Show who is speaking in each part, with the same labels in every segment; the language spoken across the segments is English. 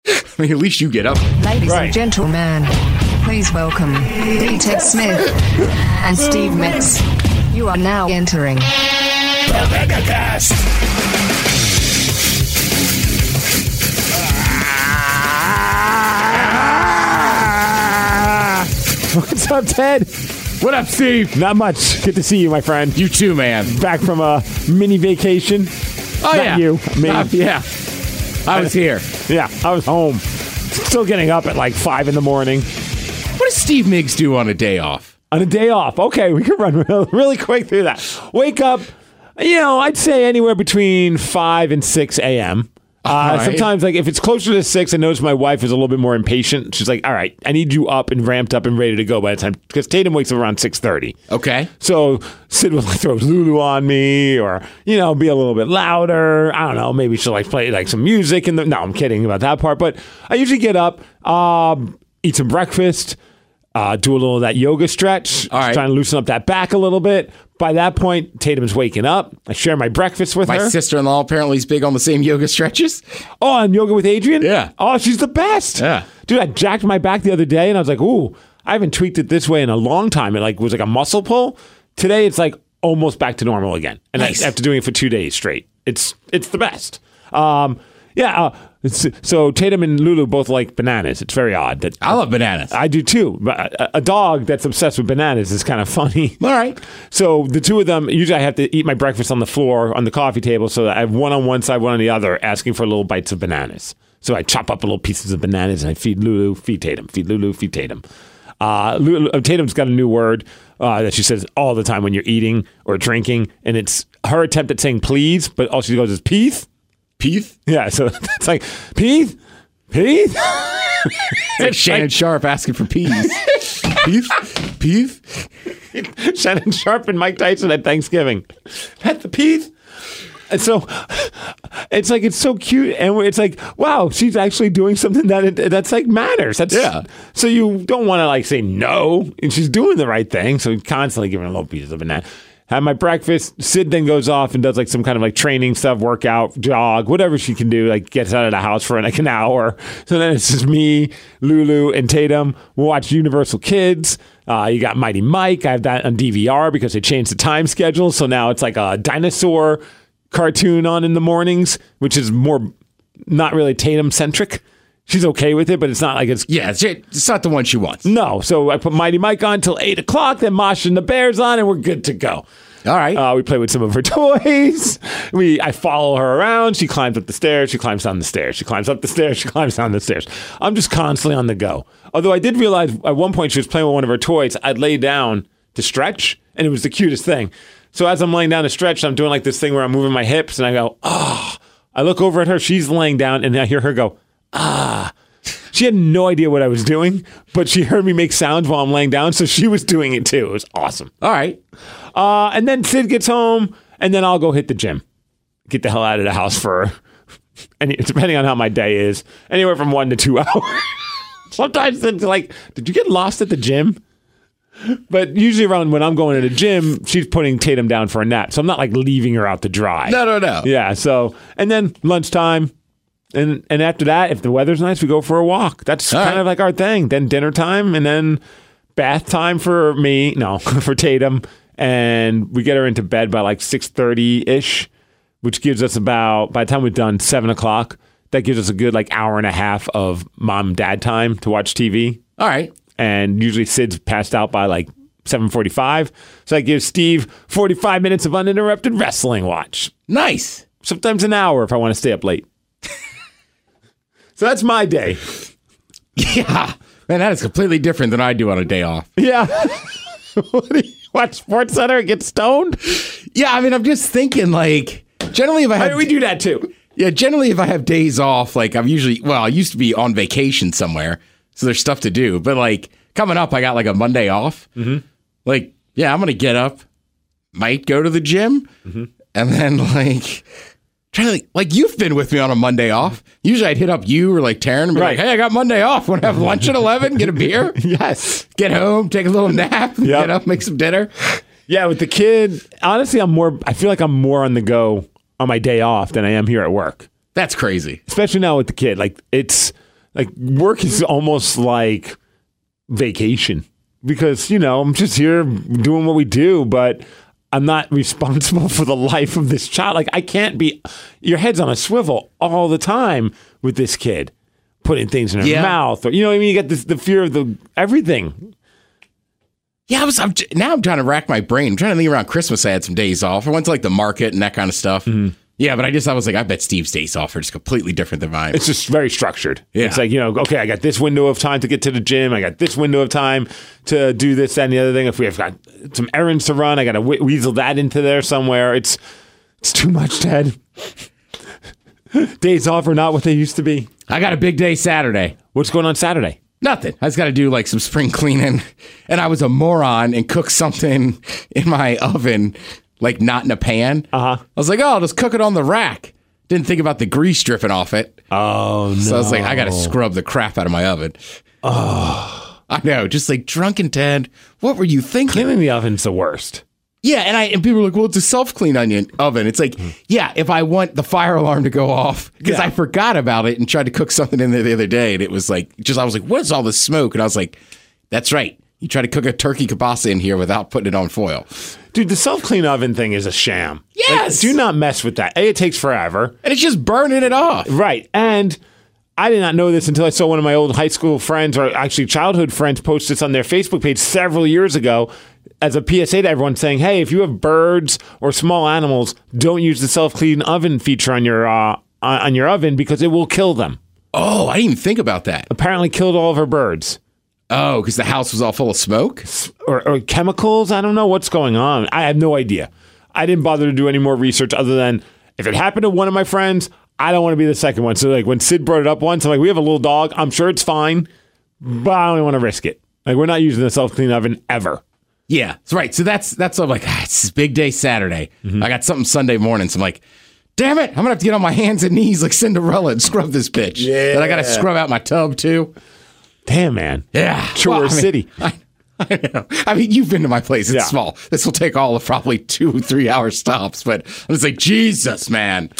Speaker 1: I mean, at least you get up.
Speaker 2: Ladies
Speaker 3: Right.
Speaker 2: and gentlemen, please welcome D Tech Smith and Steve Metz. You are now entering.
Speaker 3: Ah! What's up, Ted?
Speaker 1: What up, Steve?
Speaker 3: Not much. Good to see you, my friend.
Speaker 1: You too, man.
Speaker 3: Back from a mini vacation.
Speaker 1: Oh
Speaker 3: Not
Speaker 1: yeah,
Speaker 3: you, me.
Speaker 1: Uh, yeah, I was here.
Speaker 3: Yeah, I was home. Still getting up at like five in the morning
Speaker 1: What does Steve Miggs do on a day off?
Speaker 3: on a day off. Okay, we can run real- really quick through that. Wake up, you know, I'd say anywhere between five and six a.m. Uh,
Speaker 1: right.
Speaker 3: Sometimes, like if it's closer to six, I notice my wife is a little bit more impatient. She's like, "All right, I need you up and ramped up and ready to go by the time." Because Tatum wakes up around six thirty.
Speaker 1: Okay,
Speaker 3: So Sid would like throw Lulu on me, or you know, be a little bit louder. I don't know. Maybe she'll like play like some music. And no, I'm kidding about that part. But I usually get up, um, eat some breakfast, uh, do a little of that yoga stretch,
Speaker 1: All right.
Speaker 3: trying to loosen up that back a little bit. By that point, Tatum's waking up. I share my breakfast with
Speaker 1: my
Speaker 3: her.
Speaker 1: sister-in-law apparently is big on the same yoga stretches.
Speaker 3: Oh, on yoga with Adrian?
Speaker 1: Yeah.
Speaker 3: Oh, she's the best.
Speaker 1: Yeah.
Speaker 3: Dude, I jacked my back the other day and I was like, ooh, I haven't tweaked it this way in a long time. It like was like a muscle pull. Today it's like almost back to normal again. And
Speaker 1: Nice.
Speaker 3: I, after doing it for two days straight. It's it's the best. Um yeah, uh, it's, so Tatum and Lulu both like bananas. It's very odd that
Speaker 1: I love bananas.
Speaker 3: I do too. But a, a dog that's obsessed with bananas is kind of funny.
Speaker 1: All right.
Speaker 3: So the two of them, usually I have to eat my breakfast on the floor on the coffee table. So I have one on one side, one on the other, asking for little bites of bananas. So I chop up little pieces of bananas and I feed Lulu, feed Tatum, feed Lulu, feed Tatum. Uh, Lulu, uh, Tatum's got a new word uh, that she says all the time when you're eating or drinking, and it's her attempt at saying please, but all she goes is peath.
Speaker 1: Peeth.
Speaker 3: Yeah, so it's like peath, peath.
Speaker 1: It's Shannon Sharp asking for peas. Peeth. Peeth.
Speaker 3: Shannon Sharp and Mike Tyson at Thanksgiving. At the Peath. And so it's like it's so cute, and it's like wow, she's actually doing something that it, that's like matters. That's
Speaker 1: Yeah.
Speaker 3: So you don't want to like say no, and she's doing the right thing. So constantly giving her little pieces of banana. Have my breakfast. Sid then goes off and does like some kind of like training stuff, workout, jog, whatever she can do. Like gets out of the house for like an hour. So then it's just me, Lulu, and Tatum. We'll watch Universal Kids. Uh, you got Mighty Mike. I have that on DVR because they changed the time schedule. So now it's like a dinosaur cartoon on in the mornings, which is more not really Tatum centric. She's okay with it, but it's not like it's
Speaker 1: Yeah, it's, it's not the one she wants.
Speaker 3: no. So I put Mighty Mike on till eight o'clock, then Mosh and the Bears on, and we're good to go.
Speaker 1: All right.
Speaker 3: Uh, we play with some of her toys. We I follow her around. She climbs up the stairs. She climbs down the stairs. She climbs up the stairs. She climbs down the stairs. I'm just constantly on the go. Although I did realize at one point she was playing with one of her toys. I'd lay down to stretch, and it was the cutest thing. So as I'm laying down to stretch, I'm doing like this thing where I'm moving my hips, and I go, ah. I look over at her. She's laying down, and I hear her go, "Ah." she had no idea what I was doing, but she heard me make sounds while I'm laying down, so she was doing it too. It was awesome.
Speaker 1: All right.
Speaker 3: Uh, and then Sid gets home, and then I'll go hit the gym. Get the hell out of the house for, any, depending on how my day is, anywhere from one to two hours. Sometimes it's like, did you get lost at the gym? But usually around when I'm going to the gym, she's putting Tatum down for a nap, so I'm not like leaving her out to dry.
Speaker 1: No, no, no.
Speaker 3: Yeah. So, and then lunchtime, and and after that, if the weather's nice, we go for a walk. That's
Speaker 1: All
Speaker 3: kind
Speaker 1: right.
Speaker 3: of like our thing. Then dinner time, and then bath time for me. No, for Tatum, and we get her into bed by like six thirty ish, which gives us about by the time we're done seven o'clock. That gives us a good like hour and a half of mom and dad time to watch TV
Speaker 1: All right.
Speaker 3: and usually Sid's passed out by like 7:45. So I give Steve 45 minutes of uninterrupted wrestling watch.
Speaker 1: Nice.
Speaker 3: Sometimes an hour if I want to stay up late. so that's my day.
Speaker 1: Yeah. Man, that is completely different than I do on a day off.
Speaker 3: Yeah. What do you- Watch Sports Center and get stoned.
Speaker 1: Yeah, I mean, I'm just thinking like generally if I
Speaker 3: Why
Speaker 1: have
Speaker 3: do we do that too?
Speaker 1: yeah generally if I have days off, like I'm usually well, I used to be on vacation somewhere, so there's stuff to do. But like coming up, I got like a Monday off. Mm-hmm. Like yeah, I'm gonna get up, might go to the gym,
Speaker 3: Mm-hmm.
Speaker 1: and then like. Trying to, like, like you've been with me on a Monday off. Usually I'd hit up you or like Taryn and be like,
Speaker 3: Right.
Speaker 1: "Hey, I got Monday off. Want to have lunch at eleven? Get a beer,
Speaker 3: Yes.
Speaker 1: get home, take a little nap,
Speaker 3: Yep.
Speaker 1: get up, make some dinner."
Speaker 3: Yeah, with the kid, honestly, I'm more I feel like I'm more on the go on my day off than I am here at work.
Speaker 1: That's crazy.
Speaker 3: especially now with the kid. Like it's Like work is almost like vacation because you know I'm just here doing what we do, but I'm not responsible for the life of this child. Like I can't be. Your head's on a swivel all the time with this kid, putting things in her
Speaker 1: Yeah.
Speaker 3: mouth, or you know what I mean. You got this the fear of the everything.
Speaker 1: Yeah, I was. I'm, j- now I'm trying to rack my brain. I'm trying to think around Christmas. I had some days off. I went to like the market and that kind of stuff.
Speaker 3: Mm-hmm.
Speaker 1: Yeah, but I just I was like, I bet Steve's days off are just completely different than mine.
Speaker 3: It's just very structured.
Speaker 1: Yeah.
Speaker 3: It's like you know, okay, I got this window of time to get to the gym. I got this window of time to do this, that, and the other thing. If we have got some errands to run, I got to we- weasel that into there somewhere. It's it's too much, Ted. Days off are not what they used to be.
Speaker 1: I got a big day Saturday.
Speaker 3: What's going on Saturday?
Speaker 1: Nothing. I just got to do like some spring cleaning, and I was a moron and cooked something in my oven, like not in a pan.
Speaker 3: Uh-huh.
Speaker 1: I was like, oh, I'll just cook it on the rack. Didn't think about the grease dripping off it.
Speaker 3: Oh no!
Speaker 1: So I was like, I got to scrub the crap out of my oven. Oh. I know, just like drunken Ted. What were you thinking?
Speaker 3: Cleaning the oven's the worst.
Speaker 1: Yeah, and I and people were like, "Well, it's a self-clean onion oven." It's like, yeah, if I want the fire alarm to go off because
Speaker 3: Yeah.
Speaker 1: I forgot about it and tried to cook something in there the other day, and it was like, just I was like, "What is all this smoke?" And I was like, "That's right, you try to cook a turkey kibasa in here without putting it on foil."
Speaker 3: Dude, the self clean oven thing is a sham. Like,
Speaker 1: Yes!
Speaker 3: do not mess with that. A, it takes forever.
Speaker 1: And it's just burning it off.
Speaker 3: Right. And I did not know this until I saw one of my old high school friends, or actually childhood friends, post this on their Facebook page several years ago as a PSA to everyone saying, hey, if you have birds or small animals, don't use the self clean oven feature on your, uh, on on your oven because it will kill them.
Speaker 1: Oh, I didn't even think about that.
Speaker 3: Apparently, killed all of her birds.
Speaker 1: Oh, because the house was all full of smoke.
Speaker 3: or, or chemicals. I don't know what's going on. I have no idea. I didn't bother to do any more research other than if it happened to one of my friends, I don't want to be the second one. So like when Sid brought it up once, I'm like, we have a little dog. I'm sure it's fine, but I don't want to risk it. Like we're not using the self clean oven ever.
Speaker 1: Yeah, that's right. So that's that's what I'm like. Ah, it's this big day Saturday.
Speaker 3: Mm-hmm.
Speaker 1: I got something Sunday morning. So I'm like, damn it, I'm gonna have to get on my hands and knees like Cinderella and scrub this bitch. Yeah. Then I gotta scrub out my tub too.
Speaker 3: Damn man.
Speaker 1: Yeah,
Speaker 3: Chore
Speaker 1: Well, I mean,
Speaker 3: City.
Speaker 1: I, I know. I mean, you've been to my place. It's
Speaker 3: Yeah.
Speaker 1: small. This will take all of probably two, three hour stops. But I was like, Jesus, man.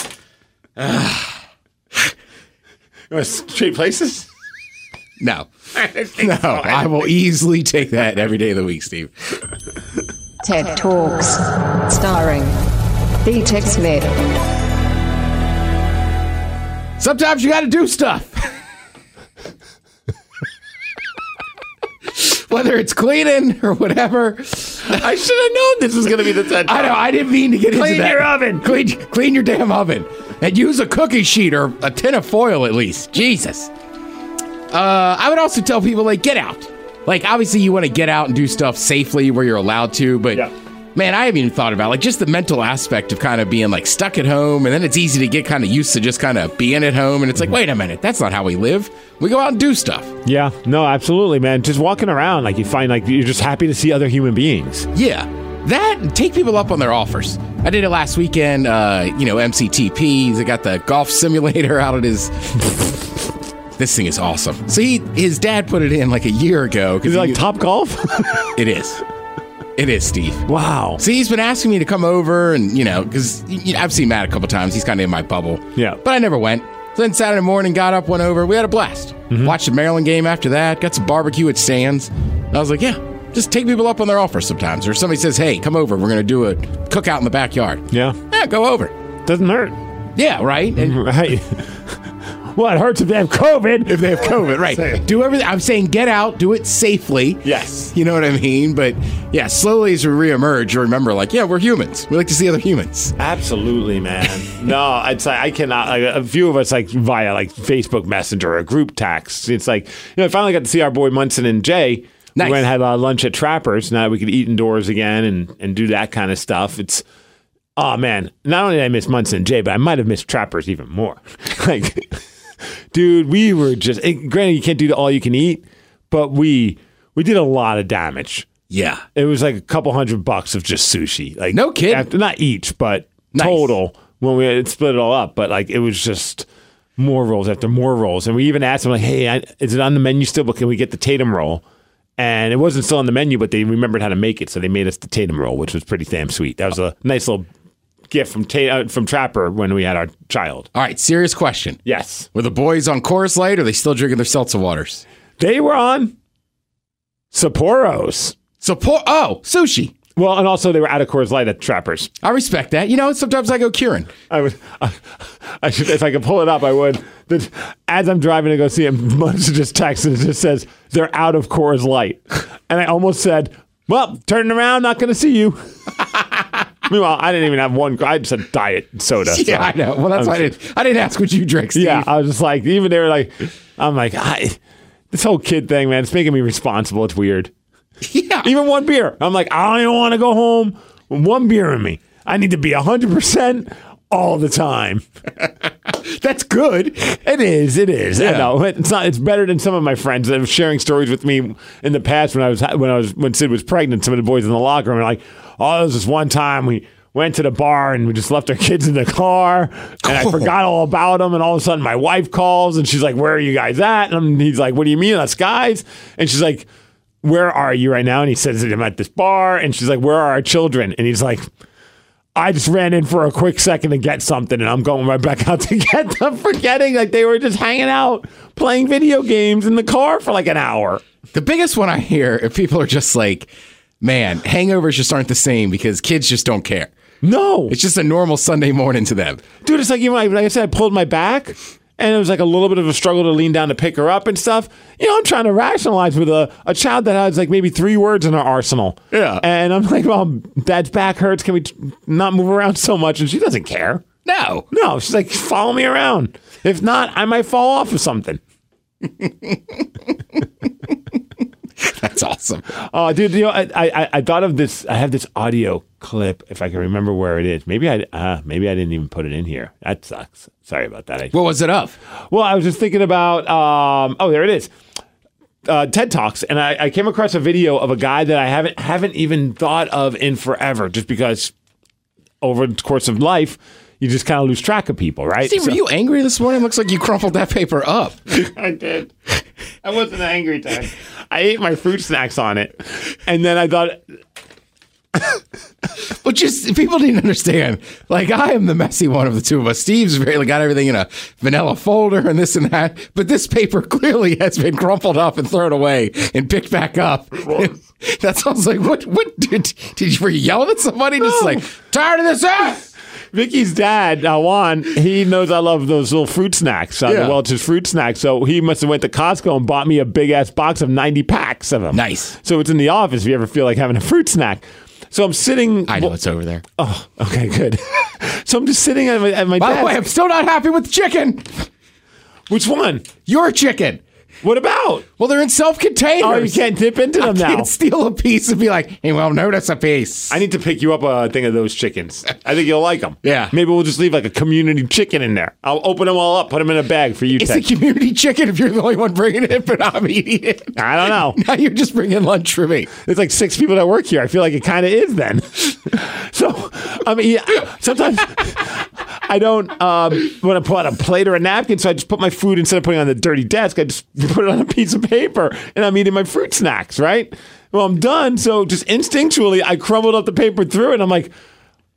Speaker 3: Straight places.
Speaker 1: No, no, I will easily take that every day of the week, Steve.
Speaker 2: TED Talks, starring D Tech Smith.
Speaker 1: Sometimes you got to do stuff. Whether it's cleaning or whatever,
Speaker 3: I should have known this was going to be the TED.
Speaker 1: I know I didn't mean to get
Speaker 3: Clean
Speaker 1: into that.
Speaker 3: your oven.
Speaker 1: Clean, clean your damn oven, and use a cookie sheet or a tin of foil at least. Jesus. Uh, I would also tell people like get out. Like obviously you want to get out and do stuff safely where you're allowed to, but
Speaker 3: Yeah.
Speaker 1: man, I haven't even thought about like just the mental aspect of kind of being like stuck at home, and then it's easy to get kind of used to just kind of being at home, and it's like
Speaker 3: Mm-hmm.
Speaker 1: wait a minute, that's not how we live. We go out and do stuff.
Speaker 3: Yeah, no, absolutely, man. Just walking around, like you find, like you're just happy to see other human beings.
Speaker 1: Yeah. That and take people up on their offers. I did it last weekend. Uh, you know, MCTP. They got the golf simulator out at his. this thing is awesome. So he, his dad put it in like a year ago.
Speaker 3: Is
Speaker 1: because
Speaker 3: it like Top Golf?
Speaker 1: It is. It is, Steve.
Speaker 3: wow.
Speaker 1: So he's been asking me to come over, and you know, because I've seen Matt a couple times. He's kind of in my bubble.
Speaker 3: Yeah.
Speaker 1: But I never went. So then Saturday morning, got up, went over. We had a blast.
Speaker 3: Mm-hmm.
Speaker 1: Watched the Maryland game after that. Got some barbecue at Sands. And I was like, yeah, just take people up on their offers sometimes. Or if somebody says, hey, come over. We're going to do a cookout in the backyard.
Speaker 3: Yeah,
Speaker 1: Yeah, go over.
Speaker 3: doesn't hurt.
Speaker 1: Yeah, right. And
Speaker 3: Right. well, it hurts if they have COVID.
Speaker 1: if they have COVID, right? Do everything. I'm saying get out, do it safely.
Speaker 3: Yes.
Speaker 1: You know what I mean? But yeah, slowly as we reemerge, you remember, like, yeah, we're humans. We like to see other humans.
Speaker 3: Absolutely, man. no, it's like I cannot. Like, a few of us, like via like Facebook Messenger or group text. It's like you know, I finally got to see our boy Munson and Jay.
Speaker 1: Nice.
Speaker 3: We went and had uh, lunch at Trappers. Now we could eat indoors again and and do that kind of stuff. It's oh man. Not only did I miss Munson and Jay, but I might have missed Trappers even more. like, dude, we were just. It, granted, you can't do all you can eat, but we we did a lot of damage.
Speaker 1: Yeah.
Speaker 3: It was like a couple hundred bucks of just sushi. Like
Speaker 1: No kidding.
Speaker 3: after- not each, but
Speaker 1: Nice.
Speaker 3: total when we it split it all up. But like it was just more rolls after more rolls, and we even asked them like, "Hey, I, is it on the menu still? But can we get the Tatum roll?" And it wasn't still on the menu, but they remembered how to make it, so they made us the Tatum roll, which was pretty damn sweet. That was a nice little gift from Ta- uh, from Trapper when we had our child.
Speaker 1: All right, serious question.
Speaker 3: Yes,
Speaker 1: Were the boys on Chorus Light or are they still drinking their seltzer waters?
Speaker 3: they were on Sapporos.
Speaker 1: Support. Oh, sushi.
Speaker 3: Well, and also they were out of Coors Light at Trappers.
Speaker 1: I respect that. You know, sometimes I go curing.
Speaker 3: I would, I, I should, if I could pull it up, I would. The, as I'm driving to go see him, Munch just texts and just says, they're out of Coors Light. And I almost said, well, turning around, not going to see you. Meanwhile, I didn't even have one, I just had diet soda. so-
Speaker 1: Yeah, I know. Well, that's why I didn't, I didn't ask what you drink, Steve.
Speaker 3: Yeah, I was just like, even they were like, I'm like, I, this whole kid thing, man, it's making me responsible. It's weird.
Speaker 1: Yeah.
Speaker 3: Even one beer. I'm like, I don't even want to go home with one beer in me. I need to be 100% all the time.
Speaker 1: That's good.
Speaker 3: It is. It is. I
Speaker 1: Yeah.
Speaker 3: know. It's not. It's better than some of my friends that are sharing stories with me in the past when I was when I was when Sid was pregnant. Some of the boys in the locker room are like, "Oh, there was this one time we went to the bar and we just left our kids in the car, and I forgot all about them. And all of a sudden, my wife calls and she's like, "Where are you guys at?" And I'm- he's like, "What do you mean, us guys?" And she's like. Where are you right now? And he says, I'm at this bar. And she's like, Where are our children? And he's like, I just ran in for a quick second to get something, and I'm going right back out to get them. Forgetting like they were just hanging out, playing video games in the car for like an hour.
Speaker 1: The biggest one I hear if people are just like, man, hangovers just aren't the same because kids just don't care.
Speaker 3: No,
Speaker 1: It's just a normal Sunday morning to them.
Speaker 3: dude, it's like even like, like I said, I pulled my back, and it was like a little bit of a struggle to lean down to pick her up and stuff. You know, I'm trying to rationalize with a, a child that has like maybe three words in her arsenal.
Speaker 1: Yeah.
Speaker 3: and I'm like, Mom, Dad's back hurts. Can we t- not move around so much? And she doesn't care.
Speaker 1: No.
Speaker 3: No, she's like, follow me around. If not, I might fall off of something.
Speaker 1: That's awesome.
Speaker 3: Oh, dude, you know, I, I I thought of this. I have this audio clip. If I can remember where it is, maybe I uh, maybe I didn't even put it in here. That sucks. Sorry about that. I,
Speaker 1: What was it of?
Speaker 3: well, I was just thinking about. Um, oh, there it is. Uh, TED Talks, and I, I came across a video of a guy that I haven't haven't even thought of in forever, just because over the course of life, you just kind of lose track of people, right?
Speaker 1: Steve,
Speaker 3: So-
Speaker 1: were you angry this morning? Looks like you crumpled that paper up.
Speaker 3: I did. I wasn't angry time. I ate my fruit snacks on it, and then I thought
Speaker 1: But just people didn't understand. Like I am the messy one of the two of us. Steve's really got everything in a vanilla folder and this and that. But this paper clearly has been crumpled up and thrown away and picked back up. That sounds like what? What did, did you were you yelling at somebody? Just
Speaker 3: No.
Speaker 1: like tired of this ass.
Speaker 3: Vicky's dad, uh, Juan, he knows I love those little fruit snacks, uh,
Speaker 1: Yeah.
Speaker 3: the Welch's fruit snacks. So he must have went to Costco and bought me a big ass box of ninety packs of them.
Speaker 1: Nice.
Speaker 3: So it's in the office if you ever feel like having a fruit snack. So I'm sitting.
Speaker 1: I know it's over there.
Speaker 3: Oh, okay, good. so I'm just sitting at my, at my
Speaker 1: By
Speaker 3: desk.
Speaker 1: the way, I'm still not happy with the chicken.
Speaker 3: Which one?
Speaker 1: Your chicken.
Speaker 3: What about?
Speaker 1: Well, they're in self-containers.
Speaker 3: Oh, you can't dip into them
Speaker 1: I
Speaker 3: now.
Speaker 1: can't steal a piece and be like, hey, well, notice a piece.
Speaker 3: I need to pick you up a thing of those chickens. I think you'll like them.
Speaker 1: Yeah.
Speaker 3: Maybe we'll just leave like a community chicken in there. I'll open them all up, put them in a bag for you.
Speaker 1: it's
Speaker 3: Ted.
Speaker 1: a community chicken if you're the only one bringing it, but I'm eating it.
Speaker 3: I don't know.
Speaker 1: Now you're just bringing lunch for me.
Speaker 3: There's like six people that work here. I feel like it kind of is then. so, I mean, yeah, sometimes I don't um, want to put on a plate or a napkin. So I just put my food instead of putting it on the dirty desk. I just put it on a piece of paper and I'm eating my fruit snacks, right? Well, I'm done. So just instinctually, I crumbled up the paper through it. I'm like,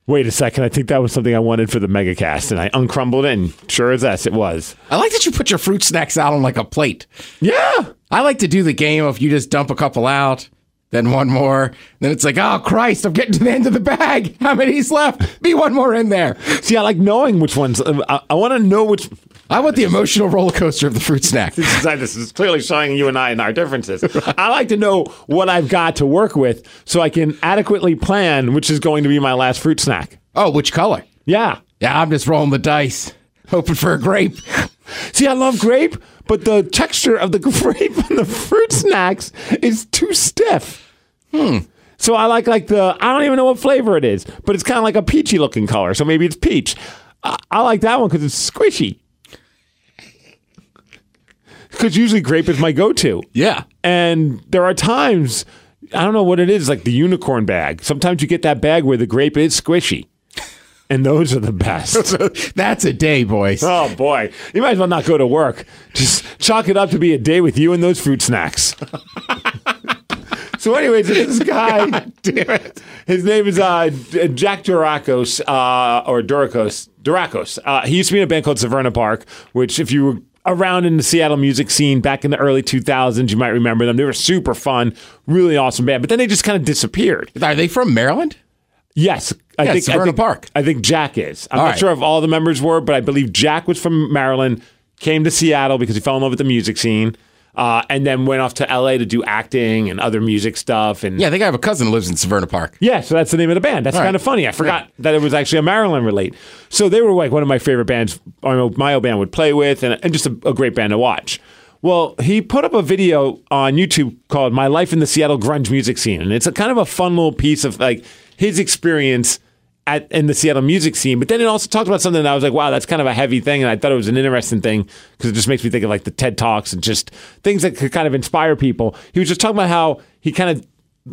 Speaker 3: wait a second. I think that was something I wanted for the megacast. And I uncrumbled it. And sure as S, it was.
Speaker 1: I like that you put your fruit snacks out on like a plate.
Speaker 3: Yeah.
Speaker 1: I like to do the game of you just dump a couple out, then one more. Then it's like, oh, Christ, I'm getting to the end of the bag. How many's left? Be one more in there.
Speaker 3: See, I like knowing which ones. uh, I, I want to know which.
Speaker 1: I want the emotional roller coaster of the fruit snack.
Speaker 3: This is- this is clearly showing you and I and our differences. I like to know what I've got to work with so I can adequately plan which is going to be my last fruit snack.
Speaker 1: Oh, which color?
Speaker 3: Yeah.
Speaker 1: Yeah, I'm just rolling the dice, hoping for a grape.
Speaker 3: See, I love grape, but the texture of the grape and the fruit snacks is too stiff. Hmm. So I like like the I don't even know what flavor it is, but it's kind of like a peachy looking color. So maybe it's peach. I, I like that one because it's squishy. Because usually grape is my go-to.
Speaker 1: Yeah.
Speaker 3: And there are times, I don't know what it is, like the unicorn bag. Sometimes you get that bag where the grape is squishy. And those are the best.
Speaker 1: That's a day, boys.
Speaker 3: oh, boy. You might as well not go to work. Just chalk it up to be a day with you and those fruit snacks. So, anyways, this guy,
Speaker 1: Damn it.
Speaker 3: his name is uh, D- Jack Durakos, uh, or Durakos. Durakos. Uh, he used to be in a band called Saverna Park, which, if you were around in the Seattle music scene back in the early 2000s, you might remember them. They were super fun, really awesome band, but then they just kind of disappeared.
Speaker 1: Are they from Maryland?
Speaker 3: Yes. I
Speaker 1: Yeah,
Speaker 3: think, I
Speaker 1: Severna
Speaker 3: think
Speaker 1: Park.
Speaker 3: I think Jack is. I'm
Speaker 1: All
Speaker 3: not
Speaker 1: right.
Speaker 3: sure if all the members were, but I believe Jack was from Maryland, came to Seattle because he fell in love with the music scene, uh, and then went off to LA to do acting and other music stuff. And
Speaker 1: Yeah, I think I have a cousin who lives in Severna Park.
Speaker 3: yeah, so that's the name of the band. That's
Speaker 1: All right.
Speaker 3: kind of funny. I forgot that it was actually a Maryland relate. So they were like one of my favorite bands my my old band would play with and, and just a, a great band to watch. Well, he put up a video on YouTube called My Life in the Seattle Grunge Music Scene. And it's a kind of a fun little piece of like his experience at in the Seattle music scene. But then it also talked about something that I was like, wow, that's kind of a heavy thing. And I thought it was an interesting thing because it just makes me think of like the TED Talks and just things that could kind of inspire people. He was just talking about how he kind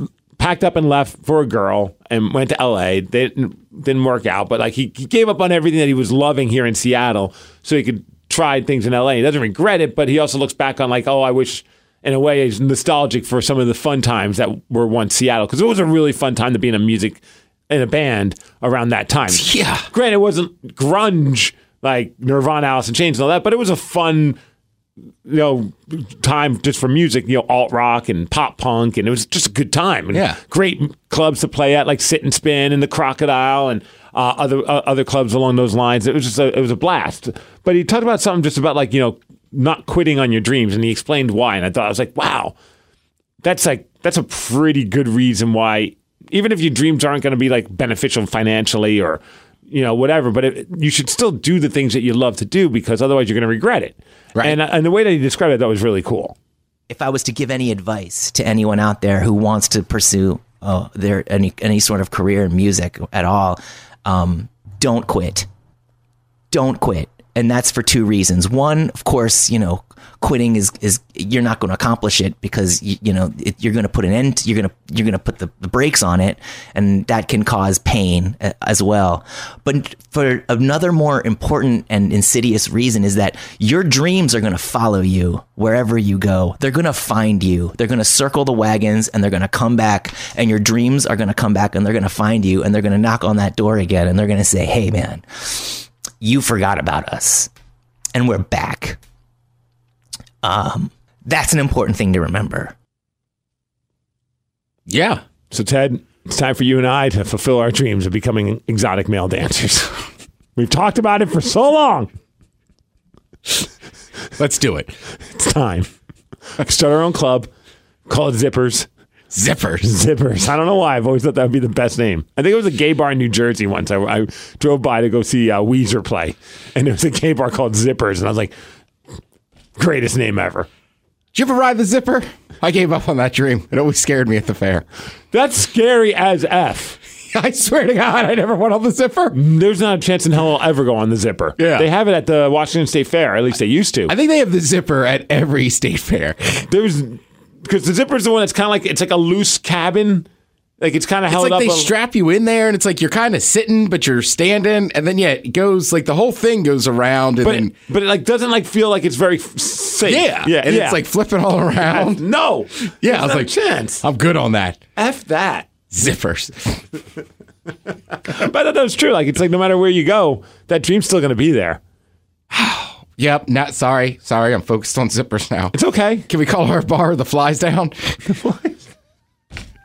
Speaker 3: of packed up and left for a girl and went to LA. They didn't, didn't work out, but like he, he gave up on everything that he was loving here in Seattle so he could try things in LA. He doesn't regret it, but he also looks back on like, oh, I wish in a way he's nostalgic for some of the fun times that were once Seattle because it was a really fun time to be in a music in a band around that time.
Speaker 1: Yeah.
Speaker 3: Granted, it wasn't grunge like Nirvana, Alice in Chains, and all that, but it was a fun you know, time just for music, you know, alt rock and pop punk, and it was just a good time. And
Speaker 1: Yeah.
Speaker 3: great clubs to play at, like Sit and Spin and the Crocodile and uh, other uh, other clubs along those lines. It was just a, it was a blast. But he talked about something just about like you know not quitting on your dreams, and he explained why. And I thought I was like, wow, that's like that's a pretty good reason why even if your dreams aren't going to be like beneficial financially or you know whatever but it, you should still do the things that you love to do because otherwise you're going to regret it
Speaker 1: Right.
Speaker 3: and, and the way that he described it that was really cool
Speaker 4: if I was to give any advice to anyone out there who wants to pursue uh, their any any sort of career in music at all, um, don't quit. Don't quit, and that's for two reasons. One, of course, you know, quitting is is you're not going to accomplish it because you, you know it, you're going to put an end. You're going to you're going to put the, the brakes on it, and that can cause pain uh, as well. But for another more important and insidious reason is that your dreams are going to follow you wherever you go. They're going to find you. They're going to circle the wagons and they're going to come back and your dreams are going to come back and they're going to find you and they're going to knock on that door again and they're going to say, "Hey man, you forgot about us." And we're back. Um that's an important thing to remember.
Speaker 1: Yeah.
Speaker 3: so ted it's time for you and i to fulfill our dreams of becoming exotic male dancers we've talked about it for so long
Speaker 1: Let's do it.
Speaker 3: it's time start our own club call it zippers
Speaker 1: Zippers.
Speaker 3: Zippers. I don't know why. I've always thought that would be the best name. I think it was a gay bar in New Jersey once. I, I drove by to go see uh, Weezer play, and there was a gay bar called Zippers, and I was like, greatest name ever.
Speaker 1: Did you ever ride the zipper? I gave up on that dream. It always scared me at the fair.
Speaker 3: That's scary as f.
Speaker 1: I swear to God, I never went on the zipper.
Speaker 3: There's not a chance in hell I'll ever go on the Zipper.
Speaker 1: Yeah.
Speaker 3: they have it at the Washington State Fair. At least they used to.
Speaker 1: I think they have the zipper at every state fair.
Speaker 3: There's because the Zipper's the one that's kind of like it's like a loose cabin, like it's kind of
Speaker 1: It's
Speaker 3: held
Speaker 1: like they
Speaker 3: up. a-
Speaker 1: strap you in there, and it's like you're kind of sitting, but you're standing, and then yeah, it goes like the whole thing goes around, and
Speaker 3: but
Speaker 1: then
Speaker 3: it, but it like doesn't like feel like it's very f- safe.
Speaker 1: yeah,
Speaker 3: yeah,
Speaker 1: and
Speaker 3: yeah.
Speaker 1: it's like flipping all
Speaker 3: I-
Speaker 1: around.
Speaker 3: no.
Speaker 1: Yeah, I
Speaker 3: There's
Speaker 1: was
Speaker 3: not a
Speaker 1: like,
Speaker 3: chance.
Speaker 1: I'm good on that.
Speaker 3: F that.
Speaker 1: Zippers.
Speaker 3: But that was true. Like it's like no matter where you go, that dream's still gonna be there.
Speaker 1: Yep. Not sorry. Sorry. I'm focused on zippers now.
Speaker 3: It's okay.
Speaker 1: Can we call our bar the flies down?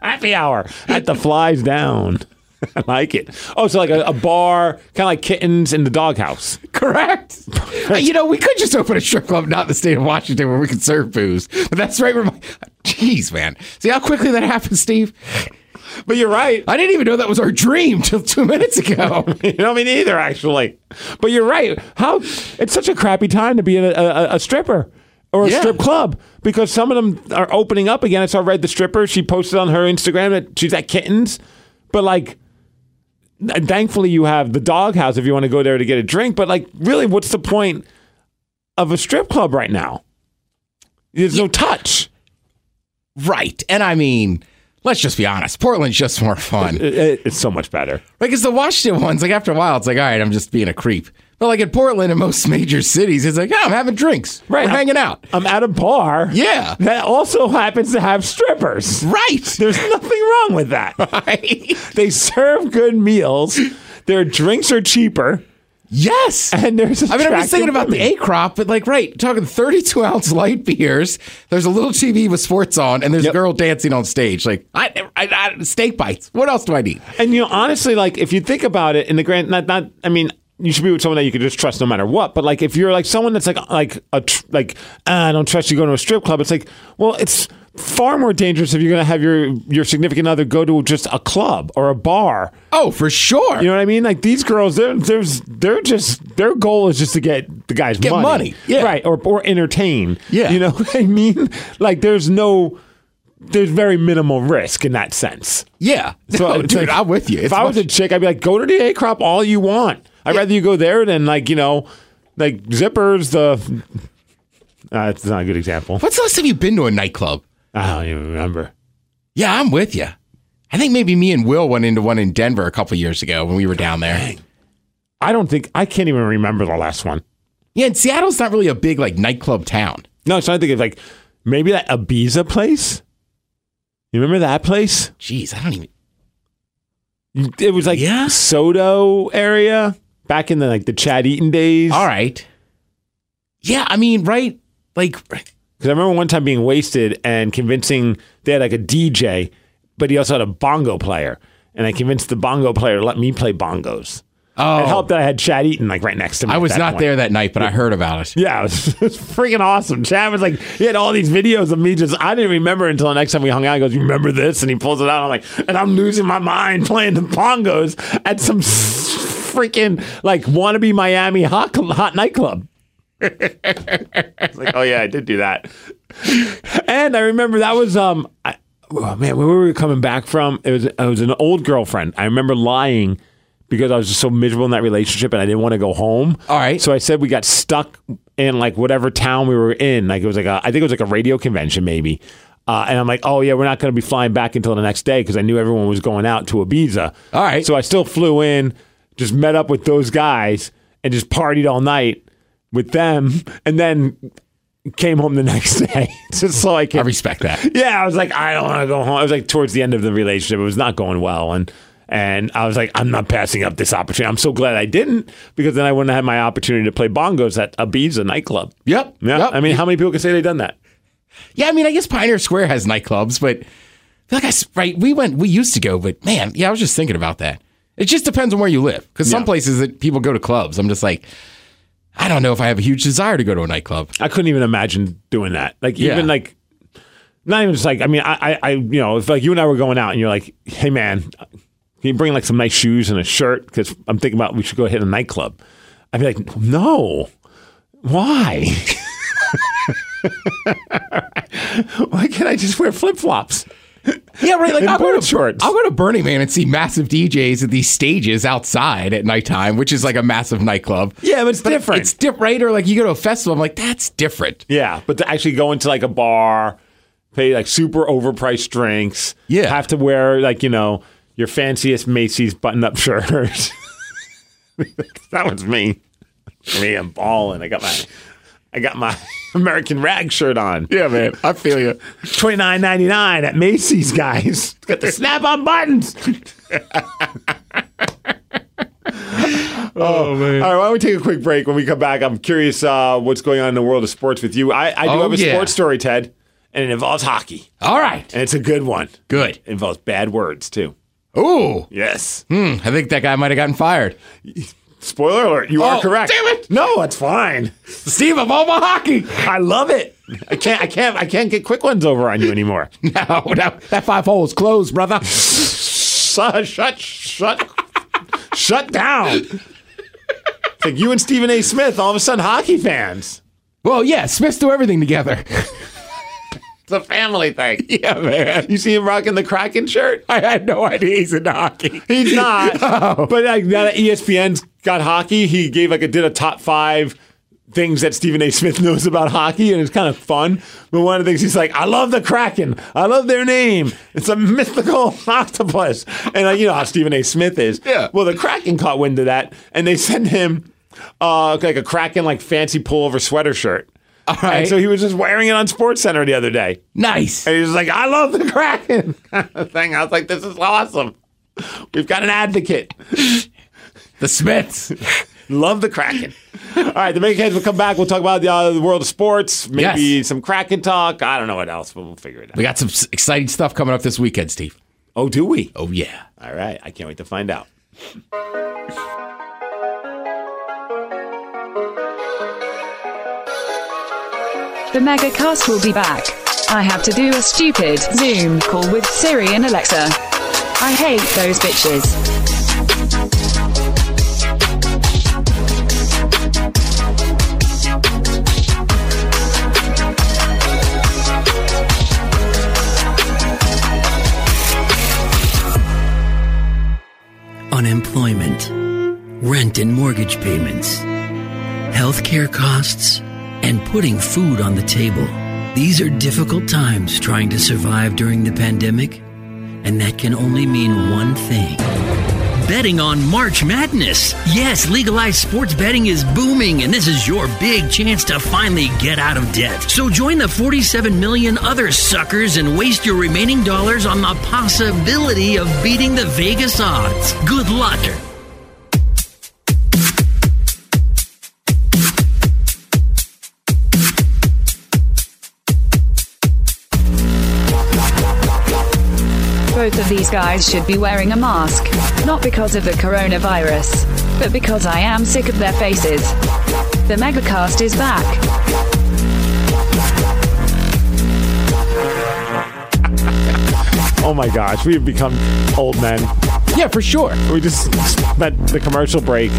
Speaker 3: Happy hour at the flies down. I like it. Oh, so like a, a bar, kind of like kittens in the doghouse.
Speaker 1: Correct. you know, we could just open a strip club, not in the state of Washington, where we could serve booze. But that's right where my. Jeez, man. See how quickly that happened, Steve?
Speaker 3: But you're right.
Speaker 1: I didn't even know that was our dream till two minutes ago.
Speaker 3: You know me neither, actually. But you're right. How it's such a crappy time to be a, a, a stripper or a
Speaker 1: Yeah.
Speaker 3: strip club because some of them are opening up again. I saw Red the stripper. She posted on her Instagram that she's at Kittens, but like. th- Thankfully, you have the doghouse if you want to go there to get a drink. But like, really, what's the point of a strip club right now? There's no touch.
Speaker 1: right. And I mean, let's just be honest. Portland's just more fun.
Speaker 3: It- it- it's so much better.
Speaker 1: Like, it's the Washington ones. Like, after a while, it's like, all right, I'm just being a creep. But like in Portland and most major cities, it's like, yeah, I'm having drinks.
Speaker 3: Right.
Speaker 1: We're hanging out.
Speaker 3: I'm at a bar.
Speaker 1: Yeah.
Speaker 3: That also happens to have strippers.
Speaker 1: Right.
Speaker 3: There's nothing wrong with that.
Speaker 1: Right.
Speaker 3: They serve good meals. Their drinks are cheaper.
Speaker 1: Yes.
Speaker 3: And there's
Speaker 1: I mean, I'm just thinking
Speaker 3: attractive
Speaker 1: about the A
Speaker 3: women.
Speaker 1: crop, but like, right, talking 32 ounce light beers. There's a little TV with sports on, and there's a
Speaker 3: Yep.
Speaker 1: girl dancing on stage. Like, I, I, I, steak bites. What else do I need?
Speaker 3: And you know, honestly, like if you think about it, in the grand, not not, I mean, you should be with someone that you can just trust no matter what. But like if you're like someone that's like like a tr- like ah, I don't trust you going to a strip club, it's like well, it's far more dangerous if you're going to have your your significant other go to just a club or a bar.
Speaker 1: Oh, for sure.
Speaker 3: You know what I mean? Like these girls, they're there's they're just their goal is just to get the guy's
Speaker 1: Get money, yeah.
Speaker 3: right, or or entertain,
Speaker 1: Yeah.
Speaker 3: You know what I mean? Like there's no, there's very minimal risk in that sense.
Speaker 1: yeah.
Speaker 3: So
Speaker 1: No,
Speaker 3: it's
Speaker 1: dude,
Speaker 3: like,
Speaker 1: I'm with you.
Speaker 3: If
Speaker 1: It's
Speaker 3: I was a
Speaker 1: much-
Speaker 3: chick, I'd be like, go to the A crop all you want. I'd rather you go there than like you know, like zippers. The uh, it's not a good example.
Speaker 1: what's the last time you've been to a nightclub?
Speaker 3: I don't even remember.
Speaker 1: Yeah, I'm with you. I think maybe me and Will went into one in Denver a couple years ago when we were down there.
Speaker 3: I don't think I can't even remember the last one.
Speaker 1: Yeah, and Seattle's not really a big like nightclub town.
Speaker 3: No, so I think of like maybe that Ibiza place. You remember that place?
Speaker 1: Jeez, I don't even.
Speaker 3: It was like
Speaker 1: Yeah.
Speaker 3: Soto area back in the like the Chad Eaton days.
Speaker 1: All right. Yeah, I mean, right? Like,
Speaker 3: Because I remember one time being wasted and convincing they had like a DJ, but he also had a bongo player. And I convinced the bongo player to let me play bongos.
Speaker 1: oh,
Speaker 3: It helped that I had Chad Eaton like right next to me.
Speaker 1: I
Speaker 3: at
Speaker 1: was
Speaker 3: that
Speaker 1: not
Speaker 3: point.
Speaker 1: there that night, but I heard about it.
Speaker 3: Yeah, it was, it was freaking awesome. Chad was like, he had all these videos of me just, I didn't remember until the next time we hung out. He goes, You remember this? And he pulls it out. I'm like, And I'm losing my mind playing the bongos at some s- freaking like wannabe Miami hot, cl- hot nightclub. It's like, Oh, yeah, I did do that. And I remember that was, um, I, oh, man, where were we coming back from? It was, it was an old girlfriend. I remember lying. Because I was just so miserable in that relationship and I didn't want to go home.
Speaker 1: All right.
Speaker 3: So so I said we got stuck in like whatever town we were in. Like it was like a, I think it was like a radio convention maybe. Uh, and I'm like, oh yeah, we're not going to be flying back until the next day because I knew everyone was going out to Ibiza.
Speaker 1: All right.
Speaker 3: So I still flew in, just met up with those guys and just partied all night with them, and then came home the next day just so I
Speaker 1: I
Speaker 3: could
Speaker 1: respect that.
Speaker 3: yeah, I was like, I don't want to go home. I was like, towards the end of the relationship, it was not going well, and and I was like, I'm not passing up this opportunity. I'm so glad I didn't because then I wouldn't have had my opportunity to play bongos at Ibiza nightclub.
Speaker 1: Yep.
Speaker 3: Yeah,
Speaker 1: Yep.
Speaker 3: I mean, how many people can say they've done that?
Speaker 1: Yeah, I mean, I guess Pioneer Square has nightclubs, but I feel like I s- right, we went, we used to go, but man, yeah, I was just thinking about that. It just depends on where you live, because some
Speaker 3: Yeah.
Speaker 1: places that people go to clubs, I'm just like, I don't know if I have a huge desire to go to a nightclub.
Speaker 3: I couldn't even imagine doing that. Like
Speaker 1: Yeah.
Speaker 3: even like. Not even just like I mean I, I I you know if like you and I were going out and you're like hey man can you bring like some nice shoes and a shirt because I'm thinking about we should go hit a nightclub I'd be like no why why can't I just wear flip flops
Speaker 1: Yeah, right. Like
Speaker 3: And
Speaker 1: I'll go,
Speaker 3: board
Speaker 1: to,
Speaker 3: shorts.
Speaker 1: I'll go to Burning Man and see massive DJs at these stages outside at nighttime, which is like a massive nightclub.
Speaker 3: Yeah, but it's different.
Speaker 1: It's different, right? Or like you go to a festival, I'm like, that's different.
Speaker 3: Yeah, but to actually go into like a bar, pay like super overpriced drinks.
Speaker 1: Yeah.
Speaker 3: have to wear like you know your fanciest Macy's button-up shirt. that was me. Me, I'm balling. I got my, I got my American rag shirt on.
Speaker 1: Yeah, man, I feel you.
Speaker 3: Twenty nine ninety nine at Macy's, guys. Got the snap-on buttons.
Speaker 1: Oh man.
Speaker 3: All right, why don't we take a quick break? When we come back, I'm curious uh, what's going on in the world of sports with you. I, I do
Speaker 1: Oh,
Speaker 3: have a
Speaker 1: yeah.
Speaker 3: sports story, Ted, and it involves hockey,
Speaker 1: All right.
Speaker 3: and it's a good one.
Speaker 1: Good.
Speaker 3: It involves bad words too.
Speaker 1: Ooh,
Speaker 3: Yes.
Speaker 1: hmm, I think that guy might have gotten fired.
Speaker 3: Spoiler alert, you are
Speaker 1: Oh,
Speaker 3: correct.
Speaker 1: damn it.
Speaker 3: No, it's fine.
Speaker 1: Steve of Omaha Hockey.
Speaker 3: I love it. I can't I can't I can't get quick ones over on you anymore.
Speaker 1: No, no, that five hole is closed, brother.
Speaker 3: shut shut shut shut down. It's like you and Stephen A. Smith, all of a sudden hockey fans.
Speaker 1: well, yeah, Smiths do everything together.
Speaker 3: It's a family thing.
Speaker 1: yeah, man.
Speaker 3: You see him rocking the Kraken shirt?
Speaker 1: I had no idea he's into hockey.
Speaker 3: He's not. But like now that E ESPN's got hockey, he gave like a did a top five things that Stephen A. Smith knows about hockey, and it's kind of fun. But one of the things he's like, I love the Kraken. I love their name. It's a mythical octopus, and uh, you know how Stephen A. Smith is.
Speaker 1: Yeah.
Speaker 3: Well, the Kraken caught wind of that, and they sent him uh, like a Kraken like fancy pullover sweater shirt.
Speaker 1: All
Speaker 3: And
Speaker 1: Uh, right.
Speaker 3: so he was just wearing it on Sports Center the other day.
Speaker 1: nice.
Speaker 3: And he was like, I love the Kraken kind of thing. I was like, this is awesome. We've got an advocate.
Speaker 1: The Smiths.
Speaker 3: Love the Kraken. All right, the main case will come back. We'll talk about the, uh, the world of sports, maybe
Speaker 1: Yes.
Speaker 3: some Kraken talk. I don't know what else, but we'll figure it out.
Speaker 1: We got some s- exciting stuff coming up this weekend, Steve.
Speaker 3: Oh, do we?
Speaker 1: Oh, yeah.
Speaker 3: All right, I can't wait to find out.
Speaker 5: The Megacast will be back. I have to do a stupid Zoom call with Siri and Alexa. I hate those bitches.
Speaker 6: unemployment, rent and mortgage payments, healthcare costs, and putting food on the table. These are difficult times trying to survive during the pandemic, and that can only mean one thing. Betting on March Madness. Yes, legalized sports betting is booming, and this is your big chance to finally get out of debt. So join the 47 million other suckers and waste your remaining dollars on the possibility of beating the Vegas odds. Good luck.
Speaker 5: Both of these guys should be wearing a mask, not because of the coronavirus, but because I am sick of their faces. The Megacast is back.
Speaker 3: Oh my gosh, we've become old men.
Speaker 1: Yeah, for sure.
Speaker 3: We just spent the commercial break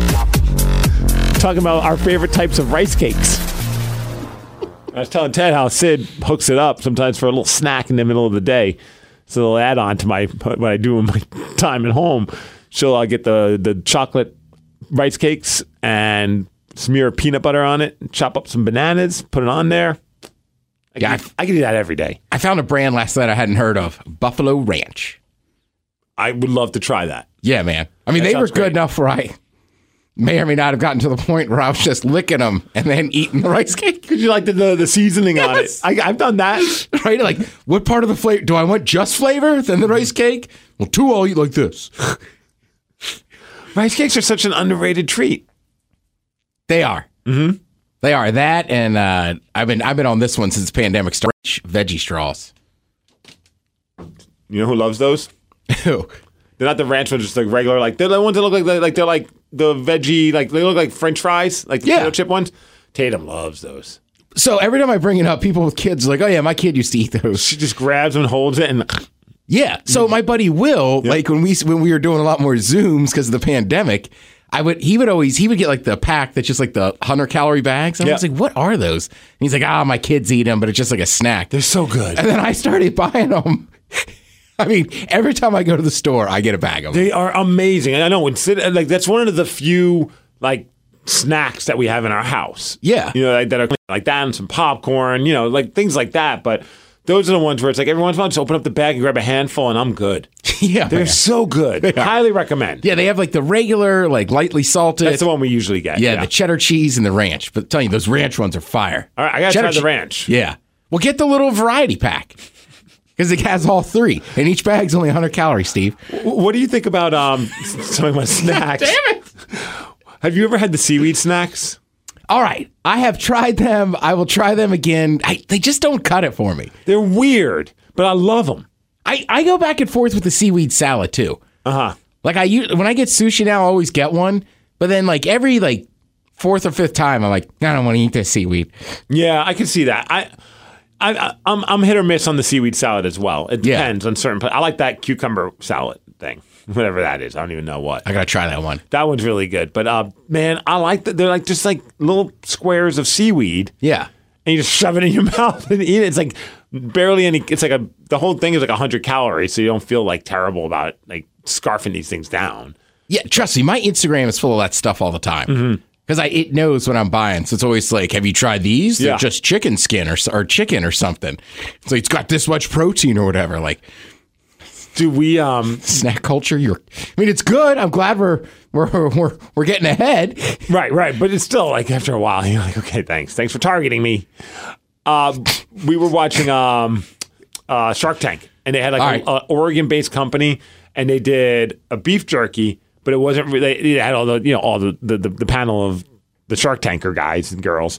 Speaker 3: talking about our favorite types of rice cakes. I was telling Ted how Sid hooks it up sometimes for a little snack in the middle of the day. So they'll add on to my what I do in my time at home. She'll uh, get the the chocolate rice cakes and smear peanut butter on it, chop up some bananas, put it on there. I
Speaker 1: Yeah, I-
Speaker 3: can, I can do that every day.
Speaker 1: I found a brand last night I hadn't heard of Buffalo Ranch.
Speaker 3: I would love to try that.
Speaker 1: Yeah, man. I mean,
Speaker 3: That
Speaker 1: they were
Speaker 3: sounds
Speaker 1: good
Speaker 3: great.
Speaker 1: enough where I may or may not have gotten to the point where I was just licking them and then eating the rice cake.
Speaker 3: Because you like the, the, the seasoning
Speaker 1: Yes.
Speaker 3: on it. I, I've done that.
Speaker 1: Right? Like, what part of the flavor? Do I want just flavor, then the rice cake? Well, two, I'll eat like this.
Speaker 3: Rice cakes are such an underrated treat.
Speaker 1: They are. Mm-hmm. They are that, and uh, I've been I've been on this one since the pandemic started. Veggie straws.
Speaker 3: You know who loves those?
Speaker 1: Ew.
Speaker 3: They're not the ranch ones, just like regular, like they're the ones that look like like they're like the veggie, like they look like French fries, like the
Speaker 1: Yeah.
Speaker 3: potato chip ones. Tatum loves those.
Speaker 1: So every time I bring it up, people with kids are like, "Oh yeah, my kid used to eat those."
Speaker 3: She just grabs and holds it, and
Speaker 1: Yeah. So my buddy Will, like when we when we were doing a lot more zooms because of the pandemic, I would he would always he would get like the pack that's just like the hundred calorie bags. And I was
Speaker 3: Yeah.
Speaker 1: like, "What are those?" And he's like, "Ah, my kids eat them, but it's just like a snack."
Speaker 3: they're so good.
Speaker 1: And then I started buying them. I mean, every time I go to the store, I get a bag of them.
Speaker 3: They are amazing. And I know. And sit, like that's one of the few like snacks that we have in our house.
Speaker 1: Yeah.
Speaker 3: you know like, that are like that and some popcorn. You know, like things like that. But those are the ones where it's like every once in a while, just open up the bag and grab a handful, and I'm good.
Speaker 1: yeah.
Speaker 3: They're
Speaker 1: man.
Speaker 3: so good. Highly recommend.
Speaker 1: Yeah, they have like the regular, like lightly salted.
Speaker 3: That's the one we usually get.
Speaker 1: yeah, the cheddar cheese and the ranch. But I'm telling you, those ranch ones are fire.
Speaker 3: All right, I gotta
Speaker 1: Cheddar
Speaker 3: try the
Speaker 1: che-
Speaker 3: ranch.
Speaker 1: Yeah. Well, get the little variety pack because it has all three, and each bag's only 100 calories, Steve.
Speaker 3: W- What do you think about um talking about snacks?
Speaker 1: it.
Speaker 3: Have you ever had the seaweed snacks?
Speaker 1: All right. I have tried them. I will try them again. I, they just don't cut it for me.
Speaker 3: They're weird, but I love them.
Speaker 1: I, I go back and forth with the seaweed salad, too.
Speaker 3: Uh huh.
Speaker 1: Like, I u- when I get sushi now, I always get one. But then, like, every like fourth or fifth time, I'm like, I don't want to eat this seaweed.
Speaker 3: Yeah, I can see that. I. I, I- I'm I'm hit or miss on the seaweed salad as well. It
Speaker 1: Yeah.
Speaker 3: depends on certain. pla- I like that cucumber salad thing, whatever that is. I don't even know what.
Speaker 1: I got to try that one.
Speaker 3: That one's really good. But uh, man, I like that. They're like just like little squares of seaweed,
Speaker 1: Yeah.
Speaker 3: and you just shove it in your mouth and eat it. It's like barely any. It's like a the whole thing is like hundred calories, so you don't feel like terrible about like scarfing these things down.
Speaker 1: Yeah, trust me, my Instagram is full of that stuff all the time. Because I it knows what I'm buying, so it's always like, "Have you tried these? They're
Speaker 3: Yeah.
Speaker 1: just chicken skin or s- or chicken or something." It's like it's got this much protein or whatever. Like,
Speaker 3: do we um
Speaker 1: snack culture. You're, I mean, it's good. I'm glad we're we're we're we're getting ahead.
Speaker 3: Right, right. But it's still like after a while, you're like, okay, thanks. Thanks for targeting me. Uh, we were watching um, uh, Shark Tank, and they had like
Speaker 1: All
Speaker 3: an
Speaker 1: right.
Speaker 3: Oregon based company, and they did a beef jerky, but it wasn't really, they had all the, you know, all the, the, the, the panel of the Shark Tanker guys and girls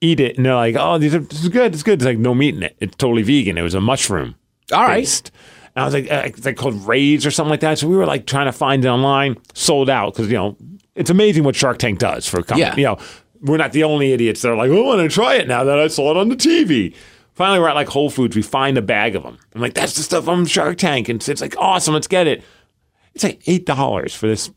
Speaker 3: eat it, and they're like, oh, these are, this is good. It's good. It's like no meat in it. It's totally vegan. It was a mushroom.
Speaker 1: All right.
Speaker 3: based. And I was like, uh, it's like called Raids or something like that. So we were like trying to find it online, sold out because you know it's amazing what Shark Tank does for a company.
Speaker 1: Yeah.
Speaker 3: You know, we're not the only idiots that are like, "Oh, I want to try it now that I saw it on the TV. Finally, we're at like Whole Foods. We find a bag of them. I'm like, that's the stuff on Shark Tank, and it's like awesome. Let's get it. It's like eight dollars for this,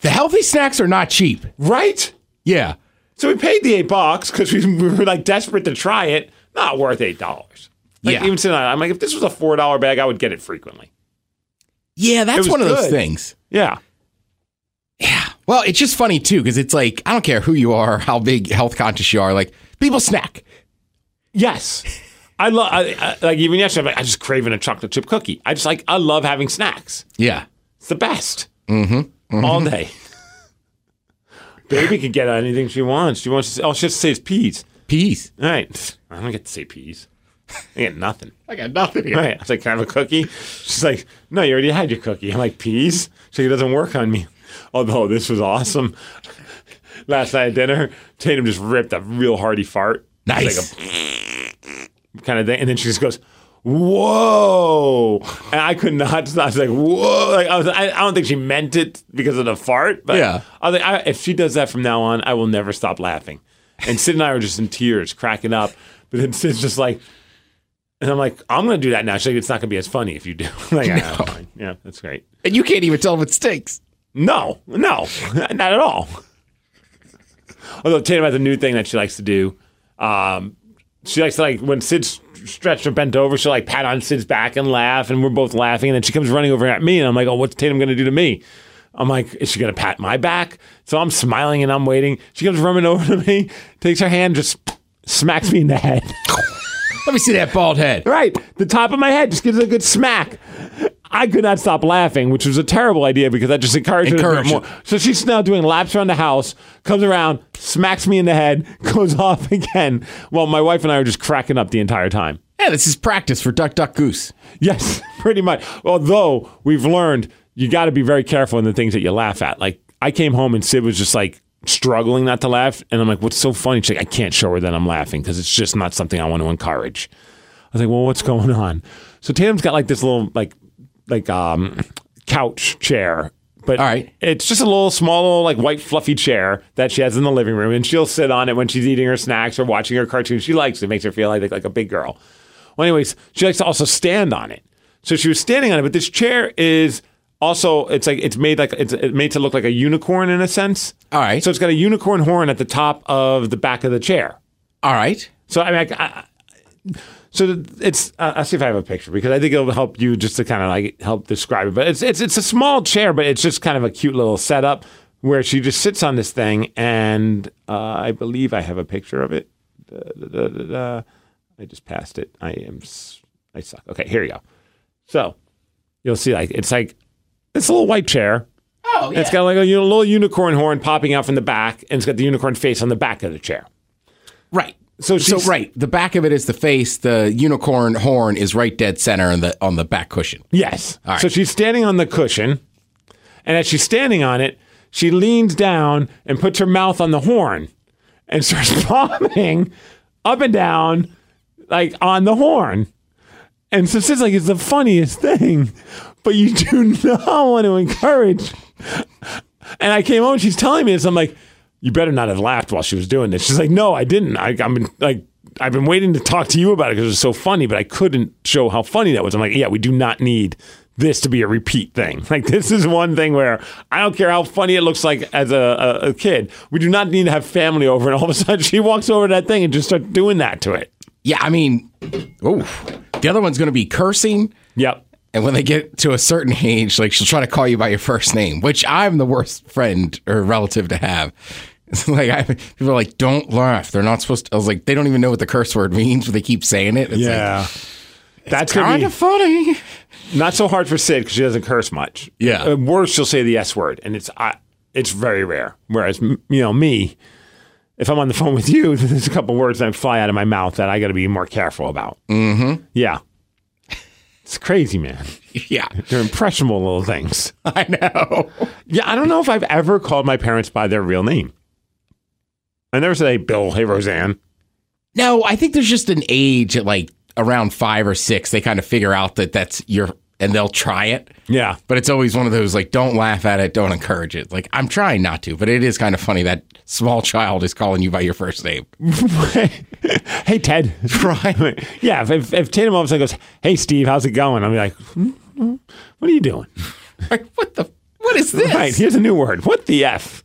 Speaker 1: The healthy snacks are not cheap.
Speaker 3: right?
Speaker 1: Yeah.
Speaker 3: So we paid the eight bucks because we, we were like desperate to try it. Not worth eight dollars. Like
Speaker 1: Yeah.
Speaker 3: even tonight, I'm like, if this was a four dollar bag, I would get it frequently.
Speaker 1: Yeah, that's
Speaker 3: was
Speaker 1: one of those
Speaker 3: good.
Speaker 1: things.
Speaker 3: Yeah.
Speaker 1: Well, it's just funny too because it's like I don't care who you are, how big health conscious you are. Like people snack.
Speaker 3: Yes. I love I, I, like even yesterday. I'm like, I just craving a chocolate chip cookie. I just like I love having snacks.
Speaker 1: Yeah.
Speaker 3: It's the best. Mm-hmm. All day. Baby can get anything she wants. She wants. To, all she has to say is peas.
Speaker 1: Peas.
Speaker 3: All right. I don't get to say peas. I get nothing.
Speaker 1: I got nothing here.
Speaker 3: All right. I was like, can I have a cookie? She's like, no, you already had your cookie. I'm like, peas. So it doesn't work on me. Although this was awesome. Last night at dinner, Tatum just ripped a real hearty fart. It's Like a
Speaker 1: Nice.
Speaker 3: kind of thing. And then she just goes, "Whoa!" And I could not. stop. I was like, "Whoa!" Like I was. I, I don't think she meant it because of the fart. But
Speaker 1: Yeah.
Speaker 3: I was like, I, if she does that from now on, I will never stop laughing. And Sid and I were just in tears, cracking up. But then Sid's just like, and I'm like, I'm gonna do that now. She's like, it's not gonna be as funny if you do. I'm like, "Ah, fine. yeah, that's great.
Speaker 1: and you can't even tell if it stinks.
Speaker 3: No, no, not at all. Although Tatum has a new thing that she likes to do. Um, she likes to like when Sid's stretched or bent over, she'll like pat on Sid's back and laugh, and we're both laughing. And then she comes running over at me, and I'm like, "Oh, what's Tatum gonna do to me?" I'm like, "Is she gonna pat my back?" So I'm smiling and I'm waiting. She comes running over to me, takes her hand, just smacks me in the head.
Speaker 1: Let me see that bald head.
Speaker 3: Right. The top of my head just gives it a good smack. I could not stop laughing, which was a terrible idea because I just encouraged her to
Speaker 1: Encourage
Speaker 3: do it more.
Speaker 1: it.
Speaker 3: So she's now doing laps around the house, comes around, smacks me in the head, goes off again. Well, my wife and I are just cracking up the entire time.
Speaker 1: Yeah, this is practice for Duck Duck Goose.
Speaker 3: Yes, pretty much. Although we've learned you got to be very careful in the things that you laugh at. Like I came home and Sid was just like struggling not to laugh, and I'm like, "What's so funny?" She's like, "I can't show her that I'm laughing because it's just not something I want to encourage." I was like, "Well, what's going on?" So Tatum's got like this little like like um couch chair. But
Speaker 1: All right.
Speaker 3: it's just a little small, little, like white fluffy chair that she has in the living room, and she'll sit on it when she's eating her snacks or watching her cartoons. She likes it; It makes her feel like like a big girl. Well, anyways, she likes to also stand on it. So she was standing on it, but this chair is also it's like it's made like it's, it's made to look like a unicorn in a sense.
Speaker 1: All right.
Speaker 3: So it's got a unicorn horn at the top of the back of the chair.
Speaker 1: All right.
Speaker 3: So I mean, I, I, so th- it's uh, I'll see if I have a picture because I think it'll help you just to kind of like help describe it. But it's it's it's a small chair, but it's just kind of a cute little setup where she just sits on this thing, and uh, I believe I have a picture of it. Da, da, da, da, da. I just passed it. I am s- I suck. Okay, here you go. So you'll see, like it's like it's a little white chair. Oh, It's got like a you know, little unicorn horn popping out from the back, and it's got the unicorn face on the back of the chair.
Speaker 1: Right.
Speaker 3: So
Speaker 1: So
Speaker 3: she's-
Speaker 1: right, the back of it is the face. The unicorn horn is right dead center on the on the back cushion.
Speaker 3: Yes.
Speaker 1: All right.
Speaker 3: So she's standing on the cushion, and as she's standing on it, she leans down and puts her mouth on the horn and starts bobbing up and down like on the horn. And so Sid's like, it's the funniest thing, but you do not want to encourage. And I came home and she's telling me this. I'm like, you better not have laughed while she was doing this. She's like, no, I didn't. I, I've been like, I've been waiting to talk to you about it because it was so funny, but I couldn't show how funny that was. I'm like, yeah, we do not need this to be a repeat thing. Like, this is one thing where I don't care how funny it looks like as a, a, a kid. We do not need to have family over, and all of a sudden she walks over to that thing and just starts doing that to it.
Speaker 1: Yeah, I mean, oh, the other one's going to be cursing.
Speaker 3: Yep.
Speaker 1: And when they get to a certain age, like she'll try to call you by your first name, which I'm the worst friend or relative to have. It's like I, people are like, "Don't laugh." They're not supposed to. I was like, they don't even know what the curse word means, but they keep saying it. It's like,
Speaker 3: That's going
Speaker 1: Kind
Speaker 3: to
Speaker 1: of funny.
Speaker 3: be not so hard for Sid because she doesn't curse much.
Speaker 1: Yeah.
Speaker 3: At worst, she'll say the S word, and it's I, it's very rare. Whereas, m- you know, me, if I'm on the phone with you, there's a couple words that fly out of my mouth that I got to be more careful about. Mm-hmm. Yeah. It's crazy, man.
Speaker 1: Yeah,
Speaker 3: They're impressionable little things.
Speaker 1: I know.
Speaker 3: Yeah, I don't know if I've ever called my parents by their real name. I never say, Bill, hey, Roseanne.
Speaker 1: No, I think there's just an age at like around five or six. They kind of figure out that that's your, and they'll try it.
Speaker 3: Yeah.
Speaker 1: But it's always one of those like, don't laugh at it, don't encourage it. Like, I'm trying not to, but it is kind of funny that small child is calling you by your first name.
Speaker 3: hey, Ted.
Speaker 1: Right.
Speaker 3: yeah, if, if, if Tatum all of a sudden goes, hey, Steve, how's it going? I'm like, "Hmm, hmm, what are you doing?
Speaker 1: Like, what the? What is this?
Speaker 3: Right, here's a new word. What the F?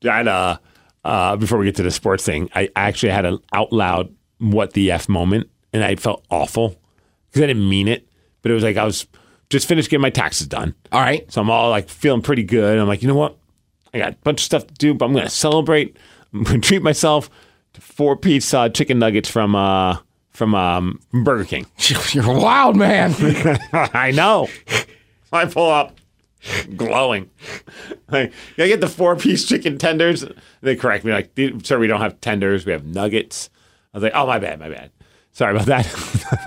Speaker 3: Yeah, I'd, uh, uh, before we get to the sports thing, I actually had an out loud what the F moment, and I felt awful because I didn't mean it, but it was like I was just finished getting my taxes done.
Speaker 1: All right.
Speaker 3: So I'm all like feeling pretty good. I'm like, you know what? I got a bunch of stuff to do, but I'm going to celebrate. I'm going to treat myself to four piece uh, chicken nuggets from uh, from um, Burger King.
Speaker 1: You're a wild man.
Speaker 3: I know. I pull up, glowing. Like, can I get the four piece chicken tenders? And they correct me, like, "Dude, sir, we don't have tenders. We have nuggets. I was like, oh, my bad, my bad. Sorry about that.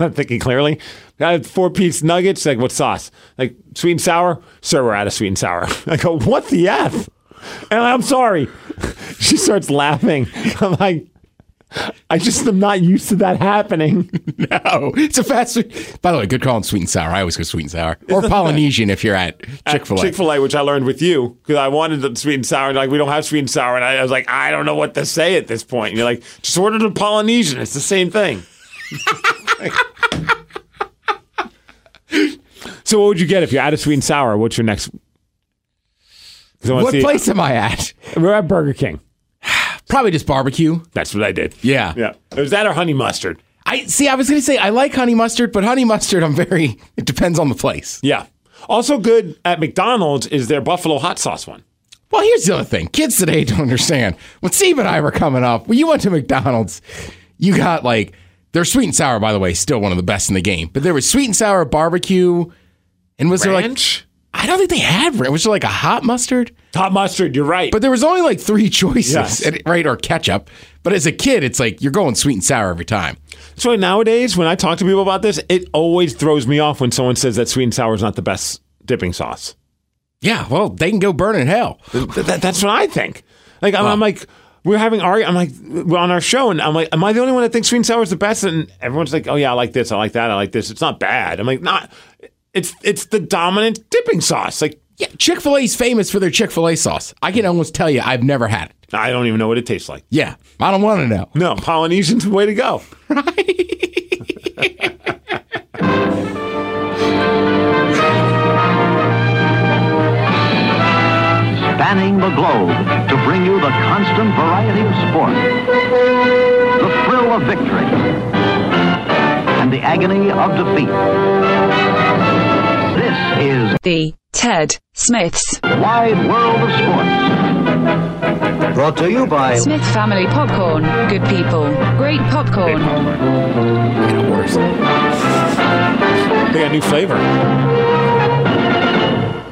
Speaker 3: I'm thinking clearly. I have four piece nuggets. Like, what sauce? Like, sweet and sour? Sir, we're out of sweet and sour. I go, what the F? And I'm sorry. She starts laughing. I'm like, I just am not used to that happening.
Speaker 1: no, it's a fast food. By the way, good call on sweet and sour. I always go sweet and sour or Polynesian if you're at Chick Fil A.
Speaker 3: Chick Fil A, which I learned with you because I wanted the sweet and sour. And like we don't have sweet and sour, and I, I was like, I don't know what to say at this point. And you're like, just order the Polynesian. It's the same thing. so what would you get if you had a sweet and sour? What's your next? 'Cause I wanna
Speaker 1: What
Speaker 3: see-
Speaker 1: place am I at?
Speaker 3: We're at Burger King.
Speaker 1: Probably just barbecue.
Speaker 3: That's what I did.
Speaker 1: Yeah.
Speaker 3: yeah. It was that or honey mustard.
Speaker 1: I see. I was going to say I like honey mustard, but honey mustard, I'm very. It depends on the place.
Speaker 3: Yeah. Also good at McDonald's is their buffalo hot sauce one.
Speaker 1: Well, here's the other thing. Kids today don't understand. When Steve and I were coming up, when you went to McDonald's, you got like their sweet and sour. By the way, still one of the best in the game. But there was sweet and sour barbecue, and was
Speaker 3: Ranch?
Speaker 1: there like? I don't think they had ranch. Was there like a hot mustard?
Speaker 3: Hot mustard. You're right.
Speaker 1: But there was only like three choices,
Speaker 3: Yes.
Speaker 1: and- right? Or ketchup. But as a kid, it's like you're going sweet and sour every time.
Speaker 3: So nowadays, when I talk to people about this, it always throws me off when someone says that sweet and sour is not the best dipping sauce.
Speaker 1: Yeah. Well, they can go burn in hell.
Speaker 3: Th- th- that's what I think. Like I'm, I'm like we're having our I'm like we're on our show, and I'm like, am I the only one that thinks sweet and sour is the best? And everyone's like, oh yeah, I like this, I like that, I like this. It's not bad. I'm like, not. It's it's the dominant dipping sauce. Like
Speaker 1: Yeah. Chick Fil A's famous for their Chick Fil A sauce. I can almost tell you, I've never had it.
Speaker 3: I don't even know what it tastes like.
Speaker 1: Yeah. I don't want to know.
Speaker 3: No, Polynesian's the way to go.
Speaker 7: spanning the globe to bring you the constant variety of sport, the thrill of victory, and the agony of defeat. This is
Speaker 5: The Ted Smiths
Speaker 7: Wide World of Sports. Brought to you by
Speaker 5: Smith Family Popcorn. Good people, great popcorn.
Speaker 3: They got a new flavor.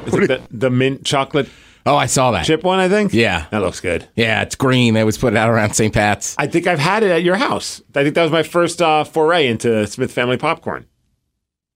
Speaker 3: It's like the, the mint chocolate
Speaker 1: Oh, I saw that.
Speaker 3: chip one, I think.
Speaker 1: Yeah.
Speaker 3: that looks good.
Speaker 1: Yeah, it's green. They always put it out around St. Pat's.
Speaker 3: I think I've had it at your house. I think that was my first uh, foray into Smith Family popcorn.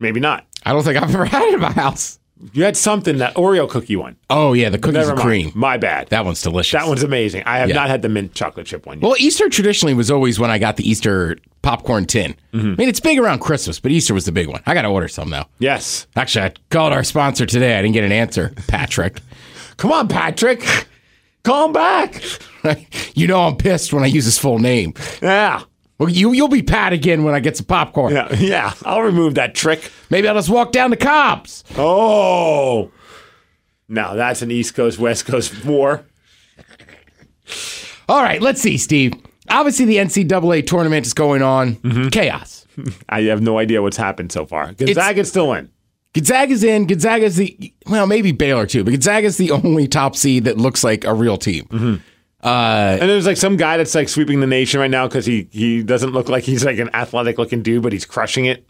Speaker 3: Maybe not.
Speaker 1: I don't think I've ever had it in my house.
Speaker 3: You had something that Oreo cookie one.
Speaker 1: Oh yeah, the cookies
Speaker 3: Never
Speaker 1: and
Speaker 3: mind.
Speaker 1: cream.
Speaker 3: My bad. That,
Speaker 1: That one's delicious.
Speaker 3: one's amazing. I have
Speaker 1: Yeah.
Speaker 3: not had the mint chocolate chip one. Yet.
Speaker 1: Well, Easter traditionally was always when I got the Easter popcorn tin.
Speaker 3: Mm-hmm.
Speaker 1: I mean, it's big around Christmas, but Easter was the big one. I got to order some though.
Speaker 3: yes.
Speaker 1: Actually, I called our sponsor today. I didn't get an answer, Patrick.
Speaker 3: Come on, Patrick. Call him back.
Speaker 1: you know I'm pissed when I use his full name.
Speaker 3: Yeah.
Speaker 1: Well, you you'll be Pat again when I get some popcorn.
Speaker 3: Yeah. Yeah. I'll remove that trick.
Speaker 1: Maybe I'll just walk down to Cobb's.
Speaker 3: Oh. Now that's an East Coast, West Coast war.
Speaker 1: All right, let's see, Steve. Obviously, the NCAA tournament is going on.
Speaker 3: Mm-hmm.
Speaker 1: Chaos.
Speaker 3: I have no idea what's happened so far. Gonzaga's still in.
Speaker 1: Gonzaga's in.
Speaker 3: Mm-hmm.
Speaker 1: Gonzaga's the well, maybe Baylor too, but Gonzaga's the only top seed that looks like a real team. Uh,
Speaker 3: And there's like some guy that's like sweeping the nation right now because he he doesn't look like he's like an athletic looking dude, but he's crushing it.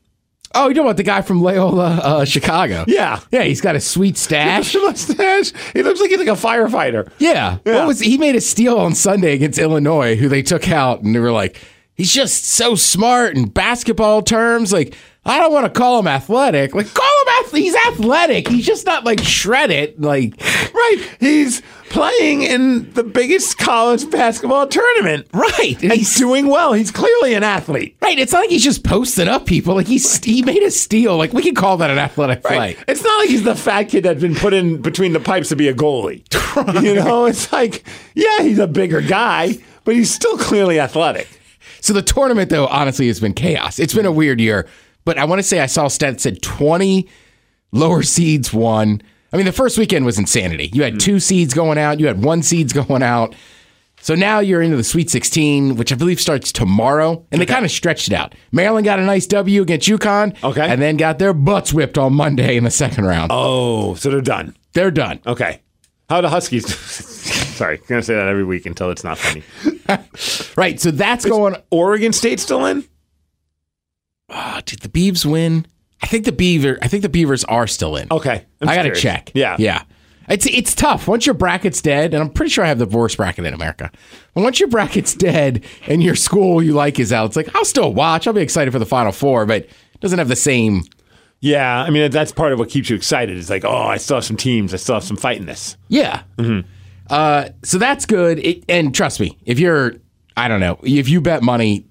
Speaker 1: oh, you know what? The guy from Loyola, uh, Chicago.
Speaker 3: Yeah.
Speaker 1: Yeah, he's got a sweet stash.
Speaker 3: The mustache. He looks like he's like a firefighter.
Speaker 1: Yeah.
Speaker 3: Yeah.
Speaker 1: What was he made a steal on Sunday against Illinois, who they took out, and they were like, he's just so smart in basketball terms. Like, I don't want to call him athletic. Like, call him ath- he's athletic. He's just not like shredded. Like,
Speaker 3: Right. He's playing in the biggest college basketball tournament.
Speaker 1: right. And
Speaker 3: And
Speaker 1: he's
Speaker 3: he's doing well. He's clearly an athlete.
Speaker 1: right. It's not like he's just posting up people. Like he's he made a steal. Like we can call that an athletic
Speaker 3: Right.
Speaker 1: play.
Speaker 3: It's not like he's the fat kid that's been put in between the pipes to be a goalie. You know, it's like, yeah, he's a bigger guy, but he's still clearly athletic.
Speaker 1: So the tournament, though, honestly, has been chaos. It's been a weird year, but I want to say I saw a stat that said 20 lower seeds won. I mean, the first weekend was insanity. You had two seeds going out, you had one seeds going out. So now you're into the Sweet 16, which I believe starts tomorrow, and they kind of stretched it out. Maryland got a nice W against UConn,
Speaker 3: Okay.
Speaker 1: and then got their butts whipped on Monday in the second round.
Speaker 3: Oh, so they're done.
Speaker 1: They're done.
Speaker 3: Okay. How the Huskies? Sorry, I'm gonna say that every week until it's not funny.
Speaker 1: Right, so that's going.
Speaker 3: Oregon State still in?
Speaker 1: Oh, did the Beavs win? I think the Beaver. I think the Beavers are still in.
Speaker 3: Okay, I'm
Speaker 1: i got to
Speaker 3: curious.
Speaker 1: check.
Speaker 3: Yeah,
Speaker 1: yeah. It's it's tough once your bracket's dead, and I'm pretty sure I have the worst bracket in America. But once your bracket's dead and your school you like is out, it's like I'll still watch. I'll be excited for the Final Four, but it doesn't have the same.
Speaker 3: yeah. I mean, that's part of what keeps you excited. It's like, oh, I still have some teams. I still have some fight in this.
Speaker 1: Yeah.
Speaker 3: Mm-hmm.
Speaker 1: Uh, so that's good. It, and trust me, if you're, I don't know, if you bet money,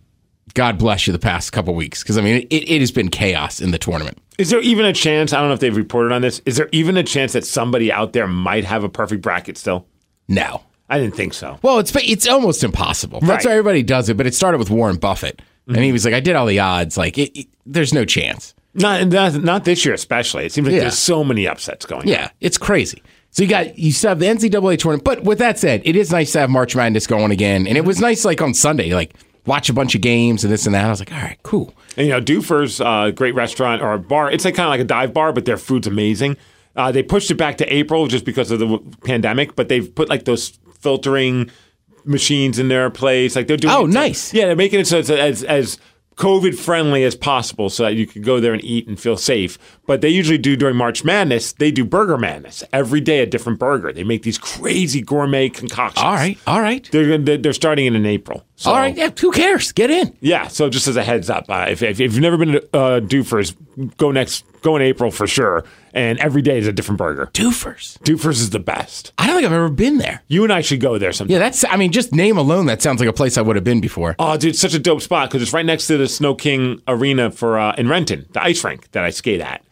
Speaker 1: God bless you the past couple weeks because I mean it, it has been chaos in the tournament.
Speaker 3: Is there even a chance? I don't know if they've reported on this. Is there even a chance that somebody out there might have a perfect bracket still?
Speaker 1: No.
Speaker 3: I didn't think so.
Speaker 1: Well, it's it's almost impossible. That's
Speaker 3: Right.
Speaker 1: why everybody does it. But it started with Warren Buffett, and he was like, "I did all the odds. Like, it, it- there's no chance."
Speaker 3: Not, not not this year, especially. It seems like
Speaker 1: Yeah.
Speaker 3: there's so many upsets going.
Speaker 1: Yeah, it's crazy. So you got you still have the NCAA tournament. But with that said, it is nice to have March Madness going again, and it was nice like on Sunday, like watch a bunch of games and this and that. I was like, "All right, cool."
Speaker 3: And, you know, Doofer's uh, great restaurant or bar. It's like kind of like a dive bar, but their food's amazing. Uh, they pushed it back to April just because of the w- pandemic, but they've put like those filtering machines in their place. Like they're doing.
Speaker 1: Oh,
Speaker 3: it to-
Speaker 1: nice.
Speaker 3: yeah, they're making it so it's as as COVID friendly as possible, so that you can go there and eat and feel safe. But they usually do during March Madness. They do Burger Madness every day, a different burger. They make these crazy gourmet concoctions.
Speaker 1: All right, all right,
Speaker 3: They're gonna- they're they're starting it in April. So.
Speaker 1: all right. Yeah, who cares? Get in.
Speaker 3: Yeah, so just as a heads up, uh, if, if, if you've never been to uh, Doofers, go next, go in April for sure. And every day is a different burger.
Speaker 1: Doofers.
Speaker 3: Doofers is the best.
Speaker 1: I don't think I've ever been there.
Speaker 3: You and I should go there sometime.
Speaker 1: Yeah, that's. I mean, just name alone, that sounds like a place I would have been before.
Speaker 3: Oh, dude, it's such a dope spot because it's right next to the Snow King Arena for uh, in Renton, the ice rink that I skate at.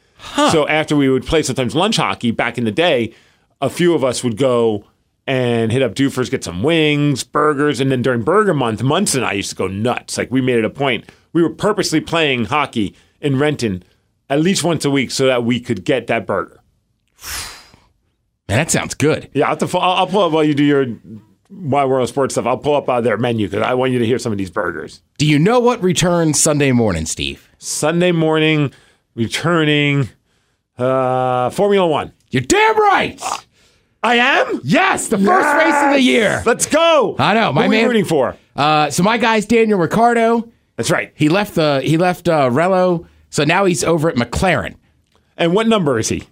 Speaker 3: So after we would play sometimes lunch hockey back in the day, a few of us would go and hit up Doofers, get some wings, burgers, and then during Burger Month, Munson and I used to go nuts. Like we made it a point. We were purposely playing hockey in Renton at least once a week so that we could get that burger.
Speaker 1: Man, that sounds good.
Speaker 3: Yeah, I'll, have to, fo- I'll, I'll pull up while you do your Why World Sports stuff. I'll pull up uh, their menu because I want you to hear some of these burgers.
Speaker 1: Do you know what returns Sunday morning, Steve?
Speaker 3: Sunday morning, returning uh, Formula One.
Speaker 1: You're damn right.
Speaker 3: I am.
Speaker 1: Yes, the first race of the year.
Speaker 3: Let's go.
Speaker 1: I know, my
Speaker 3: Who are
Speaker 1: man-
Speaker 3: we rooting for?
Speaker 1: Uh, so my guy's Daniel Ricciardo.
Speaker 3: That's right.
Speaker 1: He left the he left uh, Rello, so now he's over at McLaren.
Speaker 3: And what number is he?